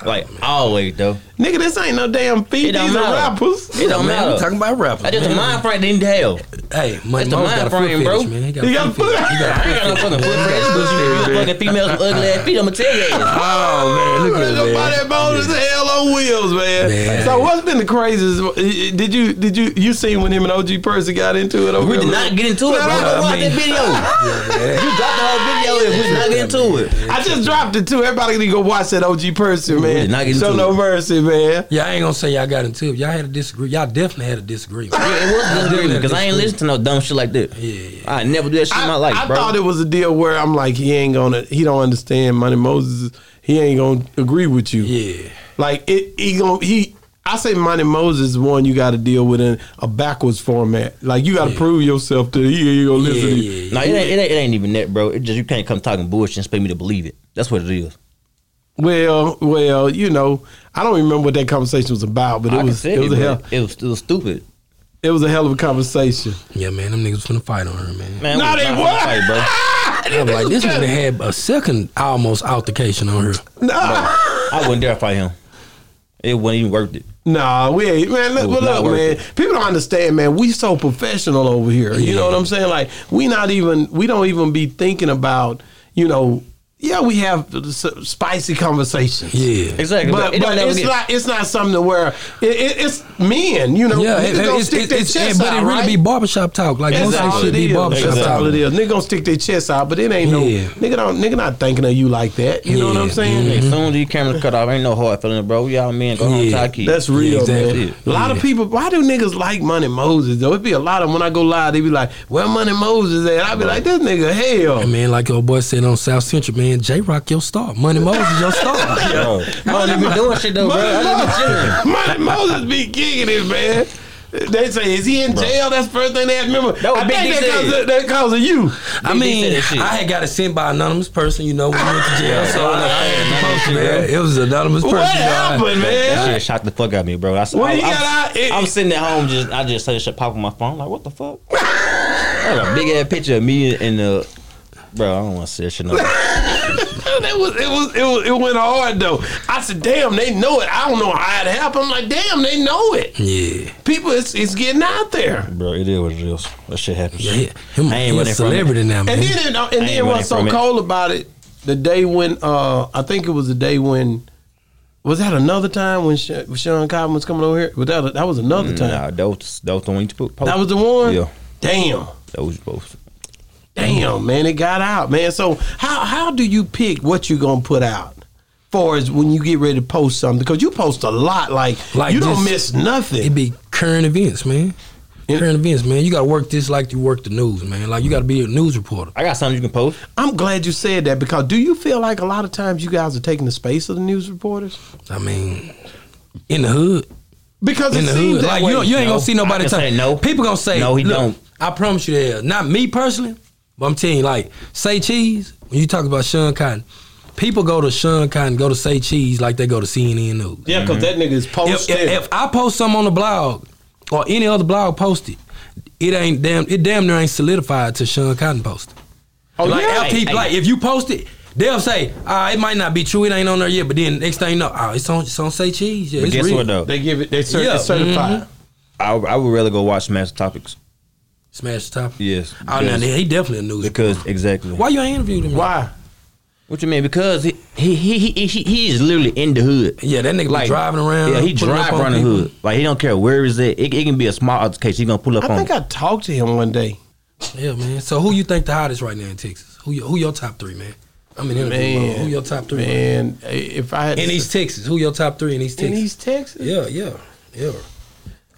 C: Like always though.
A: Nigga, this ain't no damn feet.
C: It don't
A: These are
C: matter.
A: rappers.
C: It don't
D: man, we
C: matter.
D: talking about rappers.
C: I just a
D: man.
C: mind frame they need to have.
D: Hey,
C: That's
D: Money
C: the
D: Mo's
C: mind
D: got a foot
C: frame,
D: fetish,
C: bro.
D: man. He got,
A: He
D: a
A: got
D: foot fetish. He got a
C: I ain't got no fucking foot fetish, but you- you fucking females with ugly ass feet, I'ma tell you. that.
D: Oh man, look at
A: Nigga,
D: him, man.
A: body bones as hell on wheels, man.
D: Man.
A: So what's been the craziest? uh, Did you did you you seen when him and OG Percy got into it? Over
C: We
A: there?
C: did not get into it, bro.
A: Nah,
C: Go
A: I
C: watch that
A: mean-
C: video. You dropped the whole video and we did not get into it.
A: I just dropped it too. Everybody need to go watch that OG Percy, man.
C: did not get
A: Show
C: into
A: no
C: it.
A: mercy, man.
D: Yeah, I ain't gonna say y'all got into it. Y'all had a disagree. Y'all definitely had a disagreement.
C: Yeah, it was disagreement because I ain't listen to no dumb shit like that.
D: Yeah, yeah.
C: I never do that shit in my life,
A: I
C: bro.
A: thought it was a deal where I'm like, he ain't gonna, he don't understand. Money Moses, he ain't gonna agree with you.
D: Yeah.
A: Like it, he gonna he. I say Money Moses is one you got to deal with in a backwards format. Like you got to prove yourself to he ain't gonna
D: Yeah,
A: listen to you.
D: yeah,
C: no, it ain't, it, ain't, it ain't even that, bro. It just you can't come talking bullshit and expect me to believe it. That's what it is.
A: Well, well, you know, I don't remember what that conversation was about, but
C: I
A: it
C: can
A: was
C: say
A: it was a
C: bro.
A: hell
C: it was still stupid.
A: it was a hell of a conversation.
D: yeah, man. Them niggas finna fight on her, man.
C: Man,
A: No,
C: it was
A: they
C: not
A: were.
C: Fight, bro.
D: I'm like, this nigga had a second almost altercation on her.
C: I wouldn't dare fight him. It wasn't even worth it.
A: Nah, we ain't man. Look, well,
C: was not
A: look man.
C: worth
A: People don't understand, man. We so professional over here. You know what I'm saying? Like we not even we don't even be thinking about you know yeah, we have s- spicy conversations.
D: Yeah.
C: Exactly.
A: But,
C: it don't
A: but
C: never
A: it's
C: get-
A: not it's not something where it, it, it's men, you know.
D: Yeah,
A: niggas
D: it,
A: gonna
D: it's,
A: stick
D: it's,
A: their
D: it's,
A: chest
D: but
A: out,
D: it really
A: right?
D: be barbershop talk. Like
A: That's
D: most of
A: all
D: that
A: it
D: shit be
A: is.
D: barbershop
A: That's all
D: talk.
A: it is. Nigga gonna stick their chest out, but it ain't
D: Yeah.
A: no nigga don't nigga not thinking of you like that. You know what I'm
D: Yeah.
A: saying?
C: As soon as these cameras cut off, ain't no hard feeling, bro. We all men go home,
D: Yeah,
C: tie kids.
A: That's real,
D: exactly.
A: man. A lot of
D: Yeah.
A: people. Why do niggas like Money Moses though? It be a lot of when I go live, they be like, "Where Money Moses at?" I be like, "This nigga hell."
D: And man, like your boy said on South Central, man, J Rock your star, Money Moses your
C: bro.
D: star.
C: I
A: Money
C: don't even doing shit though, bro. I just be chilling.
A: Money, Money Moses be gigging it, man. They say, "Is he in jail?" That's the first thing they ask. Remember,
C: That was
A: I
C: Big
A: think that
C: D said.
A: cause, of, that cause of you.
C: They-
D: I
C: they
D: mean,
C: said that shit.
D: I had got it sent by an anonymous person, you know, when we went to jail. So I, I had to post it, man. It was an anonymous person.
A: What
D: you know, I-
A: happened,
C: That
A: man?
C: shit shocked the fuck out of me, bro. I,
A: Well,
C: I,
A: you
C: I,
A: got out- it-
C: I'm sitting at home, just I just saw this shit pop on my phone, like what the fuck? I got a big ass picture of me in the. Bro, I don't want to see that shit. No. more.
A: It was, it was, it was, it went hard though. I said, "Damn, they know it." I don't know how it happened. I'm like, "Damn, they know it."
D: Yeah.
A: People, it's, it's getting out there.
C: bro, it is what it is. That shit happens.
D: Yeah, him,
C: I ain't
D: he a
C: running from it.
D: celebrity now, man.
A: And then, and, uh, and
C: ain't
A: then
C: running
A: what's so
C: from it.
A: cold about it? The day when uh, I think it was the day when was that another time when Sh- Sean Cotton was coming over here? Was that that was another time?
C: Nah, that was that was the one you put.
A: That was the one.
C: Mm, Yeah,
A: Damn.
C: that was both.
A: Damn, man, it got out, man. So how how do you pick what you're gonna put out? Far as when you get ready to post something, because you post a lot, like,
D: Like
A: you don't miss
D: just-
A: nothing.
D: It be current events, man. Current events, man. You gotta work this like you work the news, man. Like you gotta be a news reporter.
C: I got something you can post.
A: I'm glad you said that because do you feel like a lot of times you guys are taking the space of the news reporters?
D: I mean, in the hood,
A: Because
D: in
A: it
D: the
A: seems
D: hood,
A: that
D: like
A: way.
D: you, you ain't
C: No.
D: gonna see nobody
C: I can
D: take
C: say no.
D: People gonna say
C: No, he
D: "Look,
C: don't."
D: I promise you, they are. not me personally, but I'm telling you, like say cheese. When you talk about Sean Cotton, people go to Sean Cotton, go to say cheese like they go to CNN News.
A: yeah, because that nigga is
D: if,
A: posting.
D: if, if I post something on the blog or any other blog post it, it ain't damn it damn near ain't solidified to Sean Cotton post. it.
A: oh,
D: like
A: yeah.
D: after he- like if you post it, they'll say, ah, it might not be true, it ain't on there yet, but then next thing you know, oh, it's on it's on say cheese. Yeah,
C: But
D: it's
C: guess
D: real.
C: what though?
A: they give it, they cer-
D: Yeah. Mm-hmm.
A: it's certified.
C: I, I would rather go watch Master Topics.
D: Smash the top.
C: Yes,
D: Oh no,
C: because-
D: he definitely a news.
C: Because exactly.
D: why you ain't interviewed him?
A: Why?
C: What you mean? Because he he he he, he, he is literally in the hood.
D: Yeah, that nigga like, driving around.
C: Yeah, he
D: pulling up
C: drive
D: on
C: around the
D: people.
C: hood. Like he don't care where is it. It, it can be a small altercation. He gonna pull up
A: I
C: on.
A: think I talked to him one day.
D: Yeah, man. So who you think the hottest right now in Texas? Who your, who your top three, man? I'm in interview. mode.
A: Man,
D: Who your top three?
A: Man, if I had
D: In East Texas, who your top three in East
A: in
D: Texas?
A: East Texas,
D: Yeah, yeah, yeah.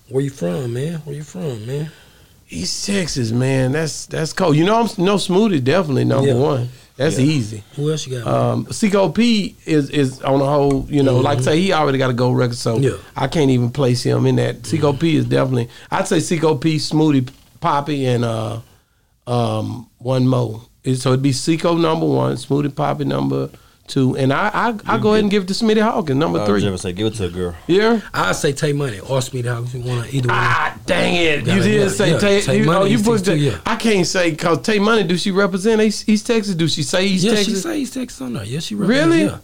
D: Where you from, man? Where you from, man?
A: East Texas, man, that's that's cold. You know, I'm no smoothie definitely number
D: Yeah.
A: one. That's easy.
D: Who else you got? man?
A: Um, CKP is is on the whole, you know, like say he already got a gold record, so
D: Yeah.
A: I can't even place him in that. CKP is definitely, I'd say CKP, Smoothie, Poppy, and uh, um, one more. It- So it'd be Seco number one, Smoothie Poppy number two, and I I, I go ahead and give it to Smitty Hawkins
D: Uh,
A: number
C: I would
A: three.
C: never say give it to a girl.
A: Yeah.
D: I say Tay Money or Speed House. You want to either one?
A: Ah, dang it!
D: Yeah,
A: you did
D: yeah,
A: say
D: yeah.
A: Tay.
D: Tay
A: you, oh,
D: Money,
A: you
D: East
A: pushed
D: Texas,
A: it.
D: yeah.
A: I can't say because Tay Money. Do she represent East, East Texas? Do she say East
D: yeah,
A: Texas?
D: she say East Texas on there. Yeah, she
A: Really?
D: Yeah.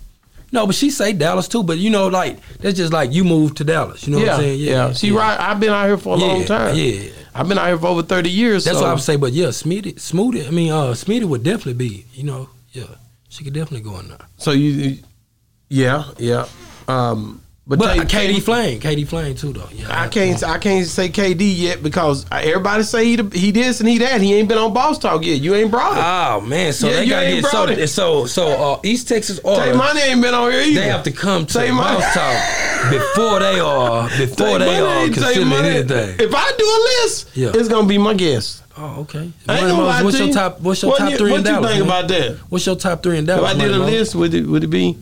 D: No, but she say Dallas too. But you know, like that's just like you moved to Dallas. You know
A: yeah,
D: what I'm saying?
A: yeah, She right. I've been out here for a
D: Yeah,
A: long time.
D: yeah.
A: I've been out here for over thirty years.
D: That's
A: so.
D: what I'm saying. But yeah, Smitty, Smoothie. I mean, uh, Smitty would definitely be. You know, yeah, she could definitely go in there.
A: So you, you- yeah, yeah. Um, but,
D: But
A: Tay-
D: KD Flame, KD Flame too though. Yeah,
A: I can't. I can't say KD yet because I- everybody say he the- he this and he that. He ain't been on Boss Talk yet. You ain't brought him.
D: Oh man, so
A: Yeah,
D: they
A: you
D: got
A: ain't
D: hit. So,
A: brought it.
D: so so uh, East Texas or
A: Tay Money ain't been on here either.
D: they have to come to
A: Tay
D: the
A: Money-
D: Boss Talk before they are
A: Tay
D: before they
A: Money
D: are
A: ain't- Tay
D: considering
A: Money-
D: anything.
A: If I do a list,
D: Yeah.
A: it's gonna be my guess.
D: Oh, okay.
A: I ain't
D: Money
A: gonna
D: Moses,
A: lie
D: what's
A: to
D: your
A: you.
D: top? What's your
A: What
D: top
A: you-
D: three in
A: What
D: Dallas?
A: you think
D: man?
A: about that?
D: What's your top three in
A: If
D: Dallas?
A: I did
D: Money
A: a
D: Moses?
A: list, would it would it be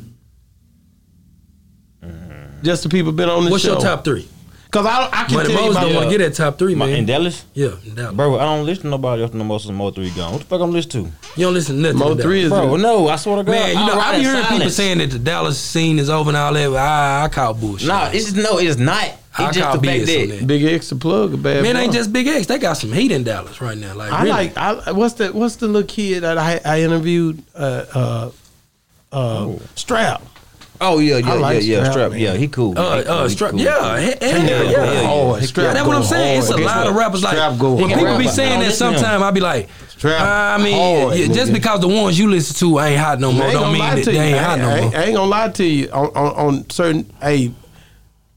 A: just the people been on the
D: What's
A: show?
D: your top three?
A: Because I don't- I can
D: Money
A: tell you
D: Moses
A: my
D: don't want to get that top three,
C: My, in
D: man.
C: Dallas,
D: Yeah, in Dallas.
C: bro, I don't listen to nobody else no more since Mo Three gone. What the fuck I'm listening
D: You don't listen to nothing.
A: Mo
D: in
A: three
D: Dallas.
A: is
C: to, bro? No, I swear to God,
D: Man, you know,
C: I
D: I've
C: be
D: heard people saying that the Dallas scene is over and all that. but I, I call bullshit.
C: Nah, it's just, no, it's not. It's
D: I
C: just the
D: call
C: fact
D: BS on
C: that
D: that.
A: Big X the plug, a bad
D: Man, ain't
A: boy.
D: just Big X. They got some heat in Dallas right now. Like,
A: I
D: really.
A: like I what's the what's the little kid that I I interviewed uh uh, uh Strap.
C: Oh yeah,
A: I
C: yeah,
A: like
C: yeah, yeah.
A: Strap,
C: Strap,
A: man.
C: yeah, he cool.
D: Uh,
C: He cool,
D: uh,
C: he
D: strap,
C: cool.
D: yeah, he- hell yeah,
A: go
D: yeah.
A: hard. Oh, Strap
D: That's what I'm
A: go
D: saying. It's
A: hard.
D: a
A: Guess
D: lot of
A: what?
D: rappers like
A: Strap go
D: when
A: hard.
D: people be
C: I
D: saying
C: don't
D: that.
C: listen to him.
D: Sometimes I be like,
A: Travel
D: I mean,
A: hard,
D: yeah, just
A: nigga.
D: because the ones you listen to ain't hot no more,
A: I ain't
D: don't
A: gonna
D: mean
A: lie
D: that
A: to
D: they
A: you.
D: ain't
A: I
D: hot no
A: I
D: more.
A: ain't- I ain't gonna lie to you on on, on certain. Hey,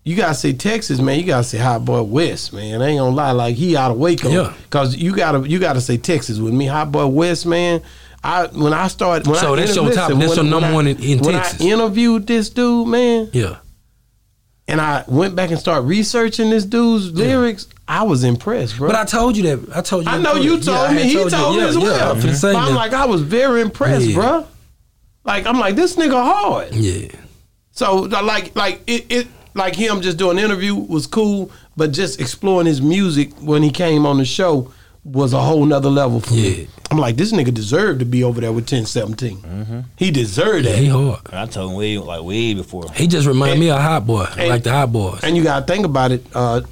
A: you gotta say Texas, man. You gotta say Hot Boy West, man. I ain't gonna lie, like he out of Waco,
D: Yeah.
A: Cause you gotta you gotta say Texas with me, Hot Boy West, man. I when I started, when
D: So
A: I
D: that's
A: inter-
D: your top-
A: listen,
D: that's your
A: when-
D: number
A: when
D: one
A: I-
D: in- in
A: when
D: Texas.
A: I interviewed this dude, man,
D: Yeah.
A: and I went back and started researching this dude's lyrics. I was impressed, bro.
D: But I told you that. I told you.
A: I
D: that
A: know you
D: before. Yeah, I
A: told
D: had
A: me. He told,
D: you.
A: me
D: Yeah,
A: as
D: yeah,
A: well.
D: I'm finna say
A: But I'm
D: that.
A: like, I was very impressed,
D: Yeah.
A: bro. Like, I'm like, this nigga hard.
D: yeah.
A: So like like it, it like him just doing an interview was cool, but just exploring his music when he came on the show was a whole nother level for
D: Yeah.
A: me. I'm like, this nigga deserved to be over there with 1017. He deserved
D: Mm-hmm. He
A: that.
D: hard.
C: And I told him way like way before.
D: He just remind me of Hot Boy, like the Hot Boys.
A: And you gotta think about it, uh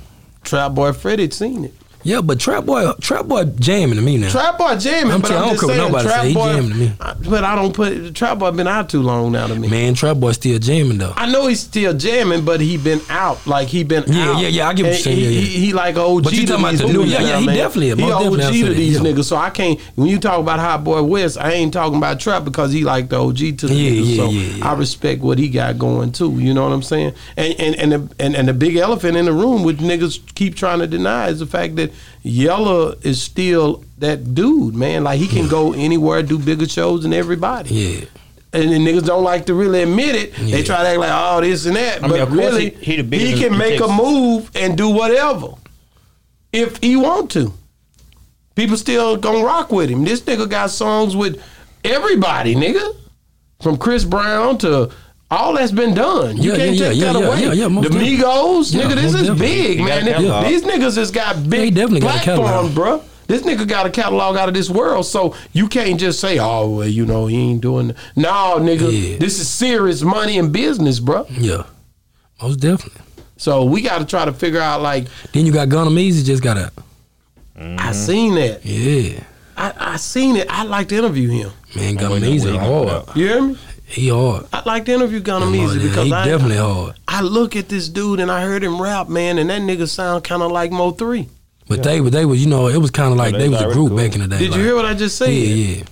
A: Trap Boy Fred had seen it.
D: yeah, but Trap Boy, Trap Boy jamming to me now.
A: Trap Boy jamming,
D: I'm
A: but
D: tell- I
A: I'm
D: don't
A: just
D: care what
A: saying,
D: nobody
A: Trap
D: say, he
A: Boy.
D: jamming to me.
A: I- but I don't put Trap Boy been out too long now to me.
D: Man, Trap Boy still jamming though.
A: I know he's still jamming, but he been out. Like he been
D: Yeah,
A: out.
D: yeah, yeah, I get what
A: And
D: you're saying,
A: He,
D: yeah, yeah.
A: he, he like OG.
D: But you
A: to
D: talking about
A: these
D: the new-
A: dudes
D: yeah, yeah,
A: now,
D: he
A: man.
D: definitely a-
A: he
D: most definitely
A: OG
D: I'll
A: to
D: say that,
A: these
D: yeah.
A: niggas. So I can't. When you talk about Hot Boy West, I ain't talking about Trap because he like the OG to the
D: Yeah,
A: niggas.
D: yeah,
A: so
D: yeah, yeah.
A: I respect what he got going too. You know what I'm saying? And and and the, and, and the big elephant in the room, which niggas keep trying to deny, is the fact that Yella is still that dude, man. Like he can go anywhere, do bigger shows than everybody
D: Yeah.
A: and then niggas don't like to really admit it.
D: Yeah.
A: They try to act like oh this and that,
C: mean,
A: but
C: of course
A: really
C: he- he
A: he,
C: the biggest in-
A: can
C: in
A: make a
C: Texas.
A: move and do whatever if he want to. People still gonna rock with him. This nigga got songs with everybody, nigga, from Chris Brown to. All that's been done. You
D: Yeah,
A: can't
D: yeah,
A: take
D: yeah,
A: that
D: yeah,
A: away.
D: yeah, yeah, most
A: the
D: definitely.
A: Migos,
D: Yeah,
A: nigga, this
D: most
A: is
D: definitely.
A: big,
C: He got
A: man.
C: a catalog.
A: These niggas has got big
D: he definitely got a catalog.
A: platforms, bro. This nigga got a catalog out of this world, so you can't just say, "Oh, well, you know, he ain't doing." th-" No, nigga,
D: Yeah.
A: this is serious money and business, bro.
D: Yeah. Most definitely.
A: So we got to try to figure out. Like,
D: Then you got Gunna Meezy just got out. Mm-hmm.
A: I seen that.
D: Yeah.
A: I, I seen it. I'd like to interview him.
D: Man, Gunna
C: waiting on
D: Meezy
C: Wayne to come
D: hard.
C: out.
A: You hear me?
D: He hard.
A: I'd like to interview Gunna Meezy
D: Yeah,
A: because
D: he
A: I,
D: definitely hard.
A: I look at this dude and I heard him rap, man, and that nigga sound kind of like Mo Three.
D: But they were they was you know, it was kinda like
C: they
D: they was a
C: already
D: group
C: cool.
D: back in the day.
A: Did
D: like-
A: you hear what I just said?
D: Yeah, yeah.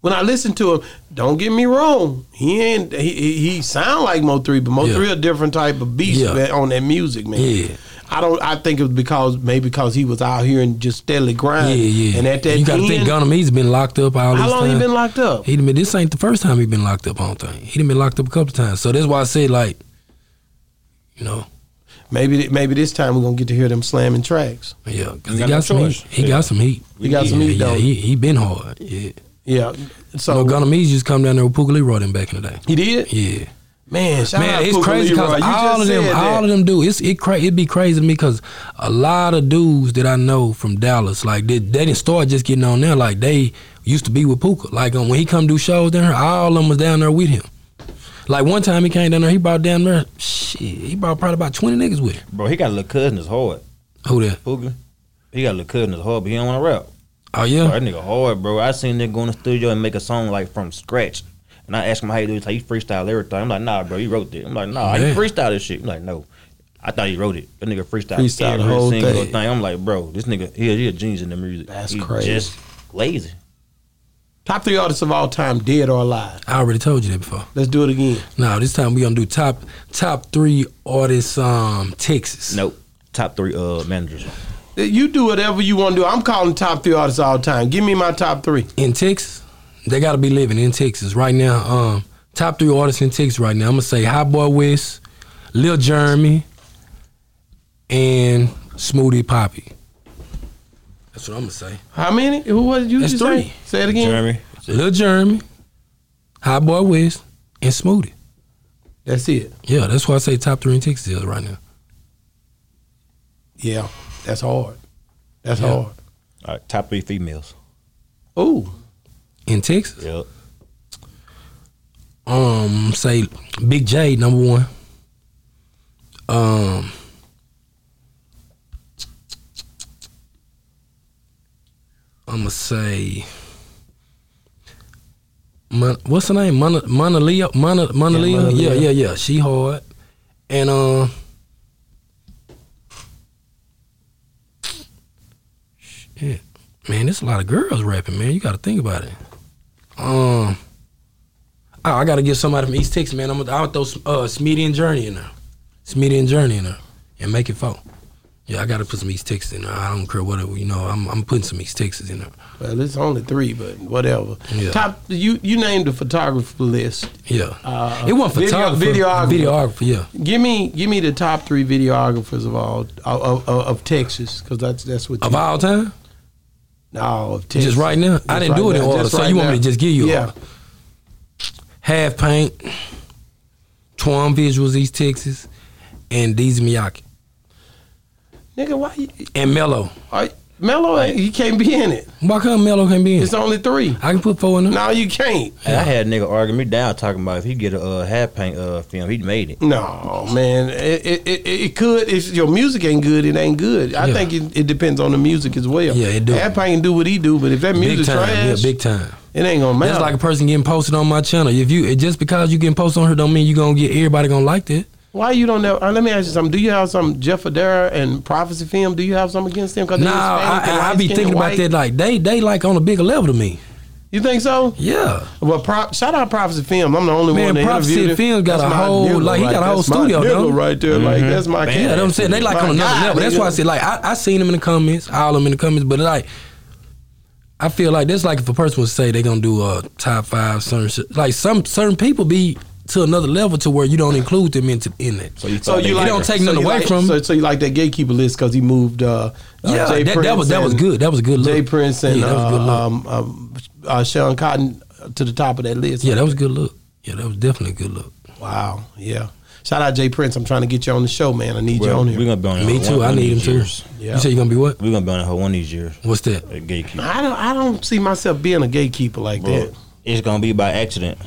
A: when I listen to him, don't get me wrong, he ain't he he, he sound like Mo Three, but Mo
D: Yeah.
A: Three a different type of beast
D: Yeah.
A: man, on that music, man.
D: Yeah.
A: I don't. I think it was because maybe because he was out here and just steadily grinding.
D: Yeah, yeah.
A: And at that
D: you
A: end,
D: gotta think Gunna Meezy been locked up all this
A: how long
D: time.
A: he been locked up?
D: He done been, this ain't the first time he been locked up on thing. He done been locked up a couple times. So that's why I say like, you know,
A: Maybe maybe this time we're gonna get to hear them slamming tracks.
D: yeah, cause
C: You
D: he
C: got
D: got,
C: no
D: some
C: choice.
D: heat. He
C: Yeah.
D: got some heat.
A: He got some
D: yeah,
A: heat,
D: yeah,
A: though.
D: he he been hard. Yeah,
A: Yeah.
D: so
A: So
D: no, Gunna Meezy just come down there with Puka Leroy them back in the day.
A: he did.
D: Yeah,
A: Man, shout
D: man,
A: out
D: it's
A: Puka
D: crazy
A: Leroy.
D: because
A: You
D: all
A: just
D: of them,
A: said that.
D: all of them do. It's it cra- it be crazy to me because a lot of dudes that I know from Dallas, like they, they didn't start just getting on there. Like they used to be with Puka. Like um, when he come do shows down here, all of them was down there with him. Like one time he came down there, he brought down there, shit, he brought probably about twenty niggas with him.
C: Bro, he got a little cousin that's hard.
D: Who that?
C: Puga. He got a little cousin that's hard, but he don't want to rap.
D: Oh
C: Bro,
D: yeah,
C: that nigga hard, bro. I seen nigga go in the studio and make a song like from scratch. And I asked him how he do it. He's like, he freestyle everything. I'm like, nah, bro, he wrote that. I'm like, nah,
D: Man.
C: he freestyle this shit. I'm like, no. I thought he wrote it. That nigga freestyle,
A: Freestyle the
C: every
A: whole
C: single
A: thing.
C: thing. I'm like, bro, this nigga, he, he a genius in the music.
A: That's
C: He
A: crazy.
C: just lazy.
A: Top three artists of all time, dead or alive.
D: I already told you that before.
A: Let's do it again.
D: Now this time we gonna do top top three artists um Texas.
C: Nope. Top three uh managers.
A: You do whatever you want to do. I'm calling top three artists all time. Give me my top three.
D: in Texas, they gotta be living in Texas right now. Um, top three artists in Texas right now. I'm gonna say Hot Boy West, Lil Jeremy, and Smoothie Poppy. That's what I'm gonna say.
A: How many? Who was you
D: That's
A: just
D: three.
A: say? Say it again.
C: Jeremy.
D: Lil Jeremy, Hot Boy West, and Smoothie.
A: That's it.
D: Yeah, that's why I say top three in Texas is right now.
A: Yeah, that's hard. That's
D: Yeah.
A: hard.
C: All right, top three females.
A: Ooh,
D: In Texas,
C: Yep.
D: um, say Big J number one. Um, I'm gonna say, Mon- what's her name? Mona, Mona Leo, Mona, Mona
A: Yeah,
D: Leo.
A: Mona
D: yeah,
A: Leo.
D: yeah, yeah. She hard, and um, shit. man, there's a lot of girls rapping, man. You got to think about it. Um, oh, I got to get somebody from East Texas, man. I'm gonna I'll throw some, uh, Smitty and Journey in there, Smitty and Journey in there, and make it fun. Yeah, I got to put some East Texas in there. I don't care what it, you know. I'm, I'm putting some East Texas in there.
A: Well, it's only three, but whatever.
D: Yeah.
A: Top, you you named the photographer list.
D: Yeah,
A: Uh,
D: it wasn't
A: video-
D: photographer,
A: videographer.
D: videographer. Yeah,
A: Give me give me the top three videographers of all of, of, of Texas because that's that's what
D: of
A: you,
D: all time.
A: no of Texas.
D: Just right now? I didn't do it in
A: now,
D: order,
A: just
D: so you want me to just give you
A: yeah.
D: order? Half Paint, Twan Visuals East Texas, and Deezy Miyake.
A: Nigga, why you,
D: And Mello.
A: are, Mello? ain't- He can't be in it.
D: Why come Mello can't be in?
A: It's only three.
D: I can put four in there.
A: No, you can't.
C: And I had a nigga arguing me down talking about if he get a uh, half paint uh, film, he made it.
A: No, man, it, it, it, it could. If your music ain't good, it ain't good. I
D: Yeah.
A: think it, it depends on the music as well.
D: Yeah, it do.
A: Halfpipe can do what he do, but if that
D: Big
A: music
D: time.
A: trash,
D: Yeah, big time.
A: it ain't gonna matter.
D: That's like a person getting posted on my channel. If you it just because you getting posted on her don't mean you gonna get everybody gonna like that.
A: Why you don't know? Uh, let me ask you something. Do you have some Jeff Adara and Prophecy Film? Do you have something against them? Cause they
D: Nah,
A: Hispanic and
D: I, I, I be
A: light-skinned and
D: thinking about
A: white?
D: that like they they like on a bigger level to me.
A: You think so?
D: Yeah.
A: Well, prop, shout out Prophecy Film. I'm the only
D: Man,
A: one that
D: Prophecy
A: interviewed him.
D: Film got
A: That's
D: a
A: my
D: whole-
A: nigga
D: like, he got a whole
A: that's my
D: studio,
A: nigga
D: don't he? Mm-hmm.
A: right there. Like that's my
C: Man,
A: kid.
D: Yeah, that's what I'm saying. They like
A: My
D: on another
A: God,
D: level. That's why I
A: nigga.
D: said like I, I seen them in the comments. All them in the comments, but like I feel like that's like if a person would say they gonna do a top five certain shit. Like some certain people be to another level to where you don't include them into in it.
C: So you,
A: So
C: thought
A: you
C: they
A: like,
C: made
D: don't
C: it.
D: take
A: so
D: none
A: you
D: away
A: like-
D: from-
A: So, so you like that gatekeeper list because he moved. Uh, uh,
D: yeah,
A: Jay
D: that, that
A: Prince
D: was that was
A: and-
D: good. That was a good look.
A: Jay Prince and
D: yeah, that was a good
A: uh,
D: look.
A: um, um, uh, Sean Cotton to the top of that list.
D: yeah, that was a good look. Yeah, that was definitely a good look.
A: Wow. Yeah. Shout out Jay Prince. I'm trying to get you on the show, man. I need you
C: Well,
A: on
C: we
A: here.
C: gonna be on it
D: Me
C: one-
D: too.
C: one
D: I
C: of
D: need him
C: these
D: too.
C: years.
A: Yeah.
D: You say you gonna be what?
C: We gonna be on it one of these years.
D: What's that?
C: A gatekeeper.
A: I don't. I don't see myself being a gatekeeper like
C: Bro,
A: that.
C: It's gonna be by accident.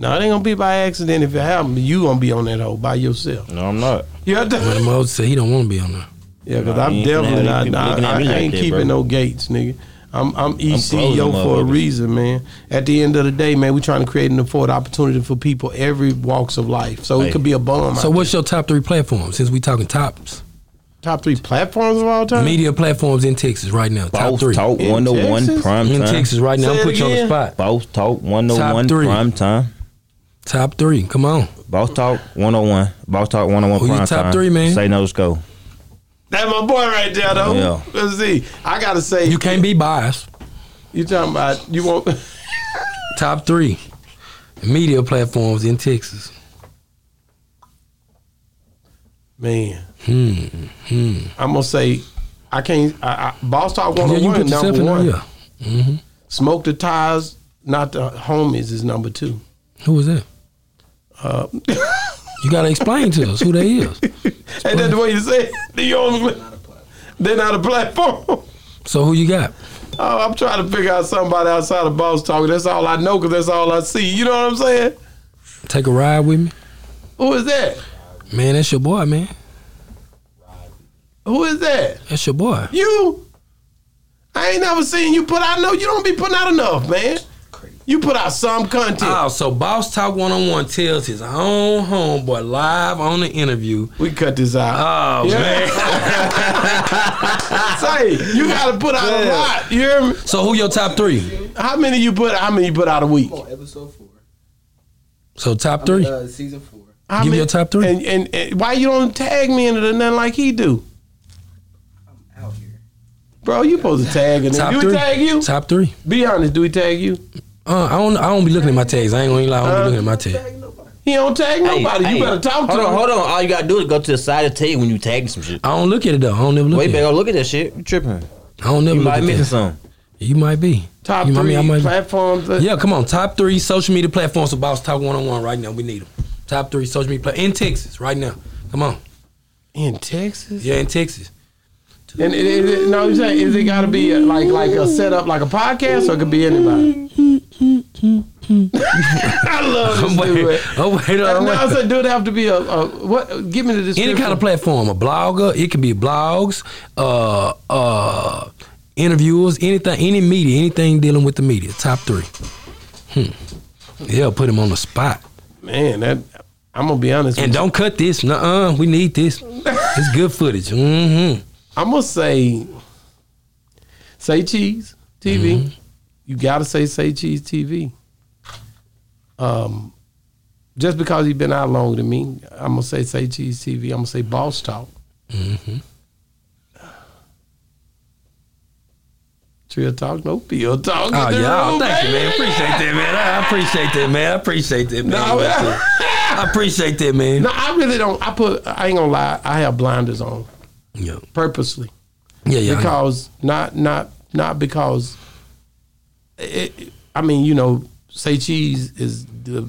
A: No, it ain't gonna be by accident. If it happens, you gonna be on that hole by yourself.
C: No, I'm not.
A: You have
D: When the
A: to,
D: Moses said he don't want to be on there.
A: yeah, because
C: Nah,
A: I'm
C: you ain't finna
A: definitely
C: have
A: not.
C: these people
A: Nah,
C: looking at
A: I,
C: me
A: I
C: like
A: ain't
C: that,
A: keeping
C: bro.
A: no gates, nigga. I'm I'm
C: closing
A: ECO for a
C: motherfuckers.
A: reason, man. At the end of the day, man, we trying to create and afford opportunity for people every walks of life. So
C: Hey.
A: it could be a bum.
D: So
A: out
D: what's your top three platforms? Since we talking tops,
A: there. top three platforms of all time?
D: media platforms in Texas right now. Top
C: Both
D: three
C: talk
A: In
C: 101
A: Texas?
C: prime
D: in
C: time.
D: Texas right now.
A: Say
D: I'm
A: it
D: put you on the
A: again.
D: spot.
C: Boss Talk 101
D: Top three.
C: prime time.
D: Top three. Come on.
C: Boss Talk 101. Boss Talk 101
D: Who your
C: prime
D: top
C: time.
D: three, man?
C: Say no, let's go.
A: That my boy right there, though.
C: Yeah.
A: Let's see. I gotta say,
D: You can't be biased.
A: You talking about you want?
D: Top three media platforms in Texas.
A: Man,
D: Hmm,
A: I'm gonna say I can't. I, I, Boss Talk
D: Yeah, you
A: 101
D: put yourself
A: number
D: in there.
A: one.
D: Yeah.
A: Smoke the ties, not the homies is number two.
D: Who was that? you gotta explain to us who they is.
A: Ain't that the way you say it? The only, they're not a platform. Oh,
D: So who you got?
A: I'm trying to figure out somebody outside of Boss Talk. That's all I know because that's all I see. You know what I'm saying?
D: Take a ride with me,
A: Who is that?
D: man. That's your boy, man.
A: Who is that?
D: That's your boy.
A: You? I ain't never seen you put out. No, you don't be putting out enough, man. You put out some content.
D: Oh, so Boss Talk One On One tells his own homeboy live on the interview.
A: We cut this out.
D: Oh
A: Say, you gotta put out a lot. You hear me?
D: So who your top three?
A: How many you put? How many you put out a week?
F: on episode four.
D: So top three.
F: Uh, season four.
A: How
D: Give
A: many-
D: me your top three.
A: And, and, and why you don't tag me into the nothing like he do,
F: I'm out here.
A: bro? You supposed to tag and
D: Top
A: do
D: three.
A: he tag you?
D: Top three.
A: Be honest, do he tag you?
D: Uh, I don't. I don't be looking at my tags. I ain't gonna lie. I don't be looking at my tags.
F: Ain't nobody.
A: He don't tag nobody.
C: Hey,
A: you
C: hey,
A: better talk to
C: hold
A: him.
C: on, Hold on, All you gotta do is go to the side of the table when you tagging some shit.
D: I don't look at it though. I don't never look
C: Way
D: at
C: back,
D: it.
C: oh, look at that shit. You tripping.
D: I don't never
C: You
D: look
C: might
D: at
C: missing
D: that.
C: some.
D: You might be.
A: Top
D: you might be-
A: three
D: I might be.
A: platforms. uh,
D: Yeah, come on. Top three social media platforms about Boss Talk One On One right now. We need them. Top three social media pla- in Texas right now. Come on.
A: in Texas.
D: Yeah, in Texas.
A: And it, it, it, no, you saying is it got to be a, like like a setup like a podcast or it could be anybody? I love this dude.
D: Oh wait,
A: And now I
D: oh, wait.
A: said, do it have to be a, a what? Give me the description.
D: Any kind of platform, a blogger. It could be blogs, uh, uh, interviews, anything, any media, anything dealing with the media. Top three. Hmm. Yeah, put him on the spot.
A: man. That I'm gonna be honest.
D: And
A: with you.
D: don't cut this. Nuh-uh. We need this. It's good footage. Mm-hmm.
A: I'm gonna say, say cheese. TV.
D: Mm-hmm.
A: You gotta say say cheese TV. Um, just because he's been out longer than me, I'm gonna say say cheese TV. I'm gonna say boss talk.
D: Mm-hmm.
A: Trill talk, no pill talk.
D: Oh
A: in the
D: yeah,
A: room,
D: thank you,
A: baby.
D: man. Appreciate that, man. I I appreciate that, man. I appreciate that, man.
A: No, man.
D: I appreciate that, man.
A: No, I really don't. I put. I ain't gonna lie. I have blinders on
D: Yeah,
A: purposely
D: yeah, yeah. I know.
A: because not not not because. It, I mean, you know, say cheese is the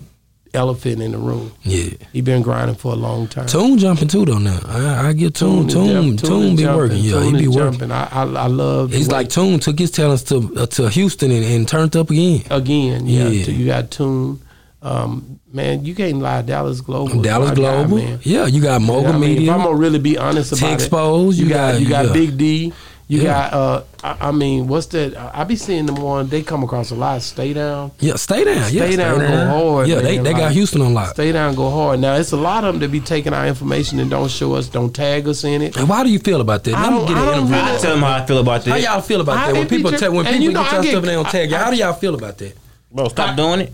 A: elephant in the room.
D: yeah.
A: He been grinding for a long time.
D: Tune jumping too though now. I, I give Tune,
A: is
D: Tune,
A: jump-
D: Tune
A: is
D: be
A: jumping.
D: working. Yeah,
A: Tune
D: he be
A: is
D: working.
A: jumping. I I, I love. the
D: He's
A: way-
D: like Tune took his talents to uh, to Houston and, and turned up again.
A: again. Yeah,
D: Yeah.
A: you got Tune. Um, man, you can't lie. Dallas Global. is
D: Dallas
A: Oh, my guy,
D: Global.
A: man.
D: yeah, you got
A: You know
D: Mogul
A: what I mean, if
D: Media.
A: I'm gonna really be honest about it,
D: Texpos,
A: you,
D: you
A: got,
D: got-
A: you got
D: yeah.
A: Big D. You
D: Yeah.
A: got uh, I, I mean, what's that? I I be seeing them on. They come across a lot. Stay down,
D: yeah, stay down. yeah,
A: Stay Down go hard,
D: Yeah, they,
A: man,
D: they
A: like-
D: got Houston on lock.
A: stay down, go hard. Now it's a lot of them that be taking our information and don't show us, don't tag us in it.
D: And why do you feel about that?
A: I
D: Let me
A: don't-
D: get
A: I
D: an
A: don't
D: interview.
A: really-
C: I tell him how I feel about
D: How
C: this.
D: y'all feel about
A: I-
D: that? When
A: it be
D: people
A: tri-
D: tell, when
A: and
D: people
A: you know,
D: get
A: I
D: y'all
A: get-
D: stuff and they don't tag you,
A: I-
D: how do y'all feel about that?
C: Bro, stop doing it.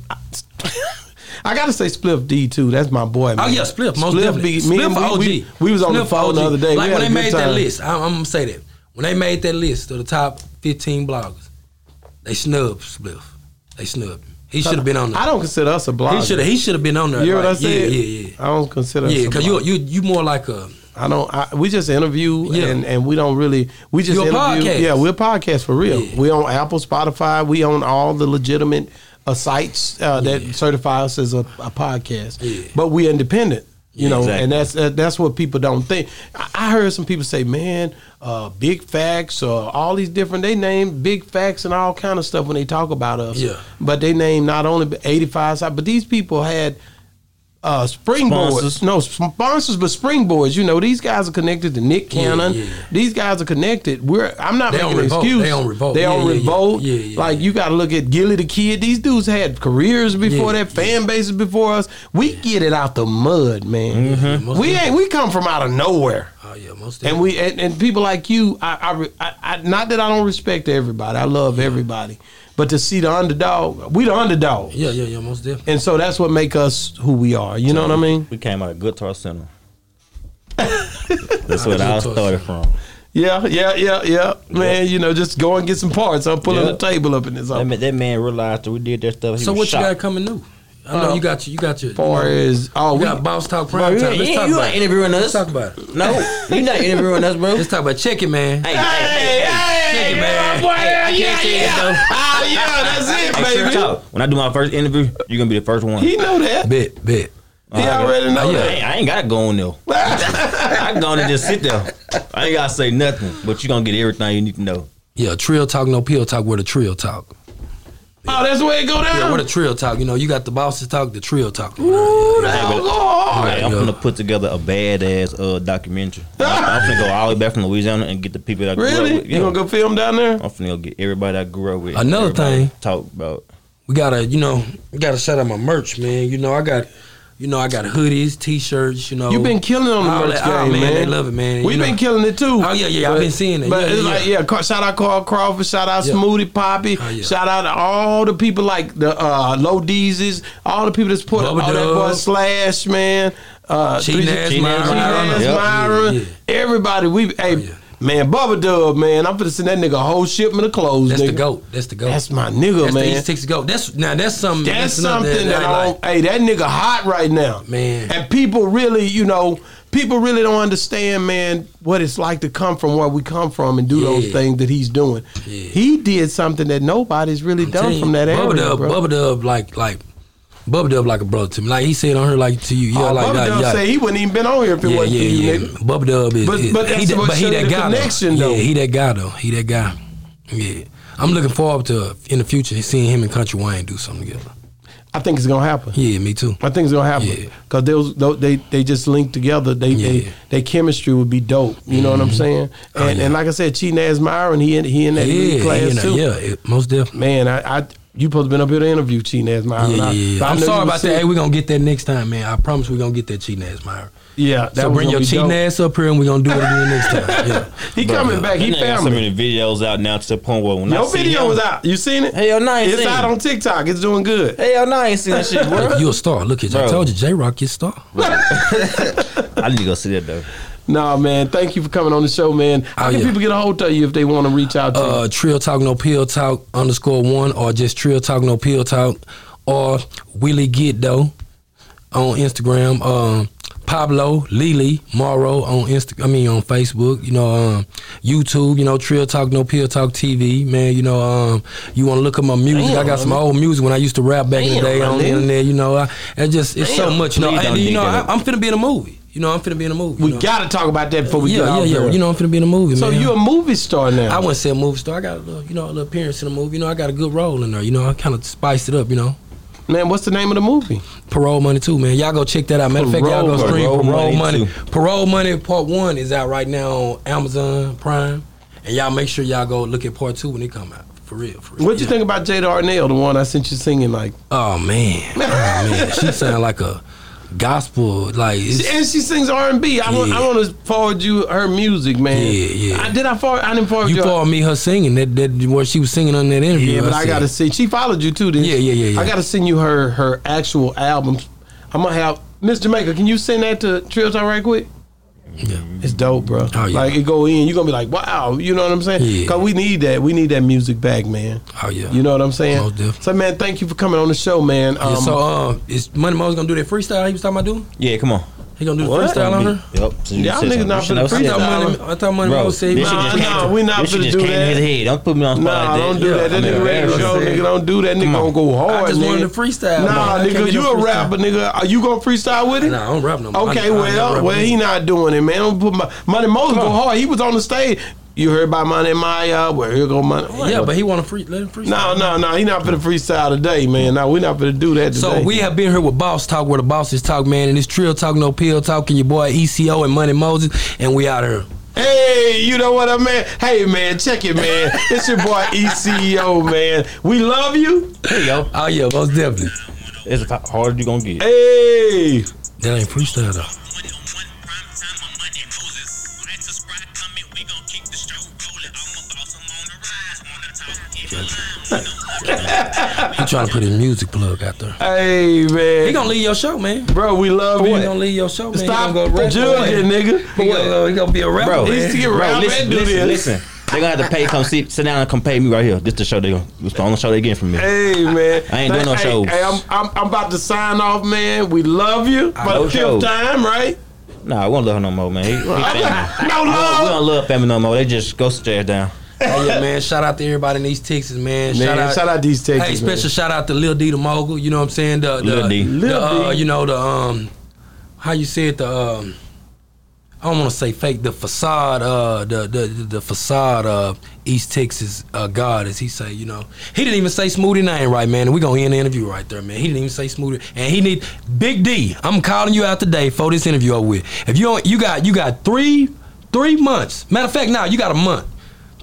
A: I gotta say Spliff D too. That's my boy. Man.
D: Oh yeah, Spliff, most
A: Spliff
D: definitely.
A: be- me
D: Spliff
A: and
D: OG.
A: we- We, we was on the
D: Spliff
A: phone the
D: OG.
A: other day.
D: Like
A: we
D: when
A: had
D: they
A: a good
D: made that
A: time.
D: list, I, I'm gonna say that when they made that list of the top 15 bloggers, they snubbed Spliff. They snubbed. him. He should have been on
A: I
D: there.
A: don't consider us a blogger.
D: He should have. He should have been on there.
A: You hear what I
D: Like,
A: said?
D: Yeah, yeah, yeah.
A: I don't consider.
D: Yeah,
A: us a
D: because you
A: blogger.
D: you you more like a
A: I don't. I, we just interview
D: Yeah.
A: and and we don't really. We just
D: You're a
A: interview.
D: podcast.
A: Yeah, we're a podcast for real.
D: Yeah.
A: We on Apple, Spotify. We on all the legitimate uh, sites uh, that certify us as a, a podcast.
D: Yeah.
A: But we're independent. You know,
C: Exactly.
A: and that's uh, that's what people don't think. I, I heard some people say, "Man, uh, big facts or all these different." They name big facts and all kind of stuff when they talk about us.
D: Yeah.
A: But they name not only eighty five side, but these people had uh, springboards.
C: Sponsors.
A: No sponsors, but springboards. You know, these guys are connected to Nick Cannon.
D: yeah.
A: These guys are connected. We're I'm not
D: They
A: making
D: on Revolt.
A: excuses.
D: They on Revolt.
A: They
D: Yeah,
A: on
D: yeah, yeah.
A: revolt.
D: Yeah, yeah,
A: like
D: yeah.
A: you got to look at Gilly the Kid. These dudes had careers before
D: Yeah,
A: that, fan bases before us. We get it out the mud, man.
D: Most
A: Hmm? We ain't. We come from out of nowhere.
D: Oh Mm-hmm. yeah, most
A: And we and, and people like you, I, I, re- I, I not that I don't respect everybody. I love everybody, but to see the underdog, we the underdog,
D: yeah yeah yeah most definitely.
A: and so that's what make us who we are. You know what I mean?
C: We came out of Guitar Center. That's what
D: Guitar
C: I started from.
A: Yeah, yeah, yeah, yeah. Man, you know, just go and get some parts. I'm pulling
C: Yep.
A: the table up in this
C: That
A: office.
C: man, that man realized that we did that stuff. He
D: So
C: was
D: what
C: shocked.
D: you got coming new? I know you got your you got your.
A: Far as oh,
D: we
A: we,
D: got bounce talk prime
C: you
D: time.
C: ain't-
D: Let's
C: you
D: talk
C: ain't
D: about it.
C: interviewing
D: Let's
C: us.
D: talk about it.
C: No, you're not interviewing us, bro.
D: Let's talk about check it, man.
C: Hey,
A: hey, hey,
D: Chicken
A: yeah,
D: man.
A: boy, yeah,
C: I
A: yeah,
C: can't say that,
A: yeah.
C: though.
A: Oh, yeah, that's it,
C: Hey,
A: baby.
C: Trip Talk, when I do my first interview, you're gonna be the first one.
A: He know that.
D: Bet bet.
A: He already know
C: I ain't, I ain't gotta go in there. I can go in and just sit there. I ain't gotta say nothing, but you gonna get everything you need to know.
D: Yeah, trill talk, no pill talk. Where the trill talk?
A: that. Oh, that's the way it go
D: Yeah,
A: down.
D: what a trill talk. You know, you got the bosses talk, the trill talk.
A: Ooh, that go hard.
C: Hey, I'm
D: yeah.
C: gonna put together a badass uh, documentary. I'm gonna go all the way back from Louisiana and get the people that I grew up
A: Really?
C: with.
A: You gonna go film down there?
C: I'm finna go get everybody I grew up with.
D: Another
C: everybody
D: thing.
C: talk about.
D: We gotta, you know, we gotta shout out my merch, man. You know, I got, you know, I got hoodies, t-shirts. You know,
A: Oh. You've been killing on
D: All
A: the merch
D: that- oh,
A: game,
D: man,
A: man.
D: they love it, man.
A: We've
D: You
A: been
D: know.
A: killing it too.
D: Oh, yeah, yeah, I've been seeing it.
A: But
D: Yeah,
A: it's
D: yeah.
A: like, yeah, Car- shout out Carl Crawford, shout out
D: Yeah.
A: Smoothie Poppy,
D: Oh, yeah.
A: shout out to all the people like the uh, Low Deezes, all the people that's put all
D: Bubba
A: that boy
D: Dub.
A: Slash, man, uh,
D: Cheating
A: Three-
D: Ass
A: Cheating
D: Myron.
A: Ass Myron,
C: Yep.
A: Myron,
D: Yeah, yeah.
A: everybody. We hey
D: yeah.
A: man, Bubba Dub, man, I'm finna send that nigga a whole shipment of clothes.
D: that's
A: nigga.
D: the goat. That's the goat.
A: That's my nigga,
D: That's
A: man.
D: the East Texas goat. That's now that's something.
A: That's
D: another
A: something that,
D: I
A: I don't, hey, that nigga hot right now,
D: Man.
A: And people really, you know, people really don't understand, man, what it's like to come from where we come from and do those
D: Yeah.
A: things that he's doing. He did something that nobody's really
D: Tell
A: done
D: you,
A: from that
D: Bubba
A: area,
D: Dub,
A: bro.
D: Bubba Dub, like like Bubba Dub, like a brother to me. Like he said on her, like to you, yeah,
A: Oh,
D: like
A: Bubba
D: that,
A: Dub
D: yeah.
A: say he wouldn't even been on here if it
D: yeah,
A: wasn't for
D: yeah,
A: you,
D: yeah.
A: nigga.
D: Bubba Dub is,
A: But-
D: is-
A: but
D: he
A: that's
D: that,
A: what
D: but he
A: showed
D: that
A: the
D: guy
A: connection,
D: though.
A: though.
D: Yeah, he that guy though. He that guy. Yeah, I'm looking forward to in the future seeing him and Country Wayne do something together.
A: I think it's gonna happen.
D: Yeah, me too.
A: I think it's gonna happen
D: Yeah.
A: because those tho- they they just linked together. They
D: Yeah. Mm-hmm. Oh,
A: they their chemistry would be dope. You know what I'm saying? And, and like I said, Cheating Ass Myron, he in, he in that
D: yeah,
A: elite class
D: yeah,
A: too.
D: yeah, it- most definitely.
A: man, I, I You supposed to been up here to interview cheating ass Myra. and I-
D: Yeah, yeah, yeah.
A: I
D: I'm
A: know you
D: sorry
A: was
D: about that.
A: sick.
D: Hey, we're gonna get that next time, man. I promise we're gonna get that cheating ass, Myra.
A: Yeah, that
D: so
A: was
D: bring
A: gonna
D: your
A: be
D: cheating
A: dope.
D: ass up here and we're gonna do it again next time. Yeah.
A: He coming back. He
C: That nigga got so
A: found me.
C: many videos out now to the point where when I
A: Your
C: see
A: video
C: him,
A: was out. You seen it?
C: Hell no, I ain't
A: it's
C: seen
A: out
C: it.
A: on TikTok. It's doing good.
C: Hell no, I ain't seen that shit, bro.
D: Look, you a star. Look at you. I
C: Bro.
D: told you, J Rock, you a star.
C: I need to go see that though.
A: Nah, man. Thank you for coming on the show, man. How
D: Oh,
A: can
D: yeah.
A: people get a hold of you if they want to reach out to you?
D: Uh, Trill Talk No Pill Talk underscore one or just Trill Talk No Pill Talk or Willie Get Though on Instagram. Um, Pablo Lily Morrow on Insta. I mean on Facebook. You know, um, YouTube. You know, Trill Talk No Pill Talk TV. Man, you know, um, you want to look at my music? I got some old music when I used to rap back in the
A: Damn,
D: day on the
A: Lily.
D: internet. You know, I, it's just it's so
C: Damn,
D: much. You know,
C: please
D: and,
C: don't
D: you
C: dig
D: know,
C: that
D: I,
C: up.
D: I'm finna be in a movie. You know, I'm finna be in a movie.
A: we
D: you know.
A: got to talk about that before we get
D: yeah, yeah,
A: out
D: yeah.
A: there.
D: You know, I'm finna be in a movie.
A: so
D: man.
A: you a movie star now?
D: I wouldn't say a movie star. I got a little, you know, a little appearance in the movie. You know, I got a good role in there. You know, I kind of spiced it up. You know,
A: man, what's the name of the movie?
D: Parole Money too, man. Y'all go check that out. Matter of fact, y'all go
A: Parole-
D: stream
C: Parole
D: Parole,
C: Money
D: Money.
C: 2.
D: Parole Money Part One is out right now on Amazon Prime, and y'all make sure y'all go look at Part Two when it come out. For real, for real.
A: What'd you think about Jada Arnell, the one I sent you singing like?
D: Oh man, oh man, she sound like a gospel like. It's,
A: And she sings R and B. I want
D: Yeah.
A: I want to forward you her music, man.
D: Yeah, yeah.
A: I, did I forward? I didn't forward you.
D: you followed me her singing that that where she was singing on that interview.
A: Yeah, but I
D: said,
A: gotta see. She followed you too, didn't
D: Yeah,
A: she?
D: yeah, yeah, yeah.
A: I gotta send you her her actual albums. I'm gonna have Miss Jamaica. Can you send that to Trill Time right quick?
D: Yeah.
A: It's dope, bro.
D: Oh, yeah.
A: Like it go in, you're gonna be like, wow. You know what I'm saying?
D: Yeah.
A: Cause we need that. We need that music back, man.
D: Oh yeah.
A: You know what I'm saying?
D: Most definitely.
A: So man, thank you for coming on the show, man. Um,
D: Yeah, so um, is Money Mo's gonna do that freestyle he was talking about doing?
C: Yeah, come on.
D: He gonna do the
A: What?
D: freestyle on her?
C: Yep. So you
A: Y'all
C: said
A: niggas
C: something.
A: not
C: You should
A: finna
C: know something.
A: freestyle.
D: I thought money, I thought money
C: Bro,
D: was saved.
C: this shit
A: Nah,
C: just came
A: nah,
C: to-
A: we not
C: this shit
A: finna
C: just
A: do
C: came
A: that.
C: to his head. Don't put me on spot
A: Nah,
C: like that.
A: don't do
C: Yeah,
A: that. That
C: I'm
A: nigga ready to
C: embarrassed.
A: show, nigga. Don't do that. Nigga
C: Come
A: gonna
C: on.
A: go hard.
D: I just
A: nigga.
D: wanted to freestyle.
A: Nah,
D: I can't
A: nigga,
D: be
A: you
D: no
A: a
D: freestyle.
A: rapper, nigga. Are you gonna freestyle with it?
D: Nah, I don't rap no more. I-
A: Okay,
D: I never
A: well,
D: rap
A: well,
D: no
A: he
D: more.
A: not doing it, man. Don't put my money. Moses go hard. He was on the stage. You heard about Money Maya? Where here go Money?
D: Yeah, but he want to free. Let him
A: no,
D: freestyle.
A: no, no. He not for the freestyle today, man. No, we not for to do that today.
D: So we have been here with Boss Talk, where the bosses talk, man, and it's Trill Talk, no pill talk, and your boy ECO and Money Moses, and we out here.
A: Hey, you know what I mean? Hey, man, check it, man. it's your boy ECO, man. We love you.
C: Here you go.
D: Oh yeah, most definitely.
C: It's as hard as you gonna get.
A: Hey.
D: That ain't freestyle though. He trying to put his music plug out there.
A: Hey, man.
D: He gonna leave your show, man.
A: Bro, we love
D: He
A: you.
D: gonna leave your show, man.
A: Stop
D: he gonna go rap
A: judging,
D: away.
A: nigga.
D: He gonna, go- he gonna be a rapper,
C: Bro,
A: He used to
D: man.
A: get
C: Bro,
A: around
C: listen,
A: and do
C: listen,
A: this.
C: listen. They're gonna have to pay. Come sit, sit down and come pay me right here. This the show they gonna. It's the only show they getting from me.
A: Hey man,
C: I ain't doing no
A: hey,
C: shows.
A: Hey, I'm, I'm I'm about to sign off, man. We love you for
C: no
A: the fifth
C: shows.
A: time, right?
C: Nah, I won't love her no more, man. He, he family.
A: No
C: We don't- we
A: love.
C: don't love family no more. They just go sit their ass down.
D: Hey, yeah, man. Shout out to everybody in East Texas, man.
A: Man, shout out, these Texas.
D: Hey, special shout out to Lil D the mogul. You know what I'm saying? The, the,
C: Lil D.
D: the,
A: Lil
D: uh,
A: D.
D: you know the um, how you say it? The um, I don't want to say fake. The facade, uh, the the the facade of East Texas uh, God, as he say. You know, he didn't even say Smoothie name right, man. And we gonna end the interview right there, man. He didn't even say Smoothie, and he need Big D. I'm calling you out today for this interview over with. If you don't, you got you got three three months. Matter of fact, now you got a month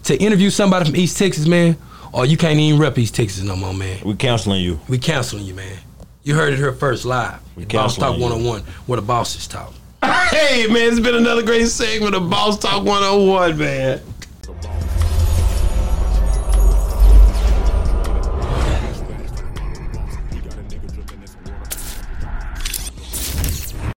D: to interview somebody from East Texas, man. Or you can't even rep East Texas no more, man.
C: We counseling you.
D: We canceling you, man. You heard it here first live.
C: We
D: Boss Talk
C: canceling you.
D: 101, where the bosses talk.
A: hey oh man, it's been another great segment of Boss Talk 101, man.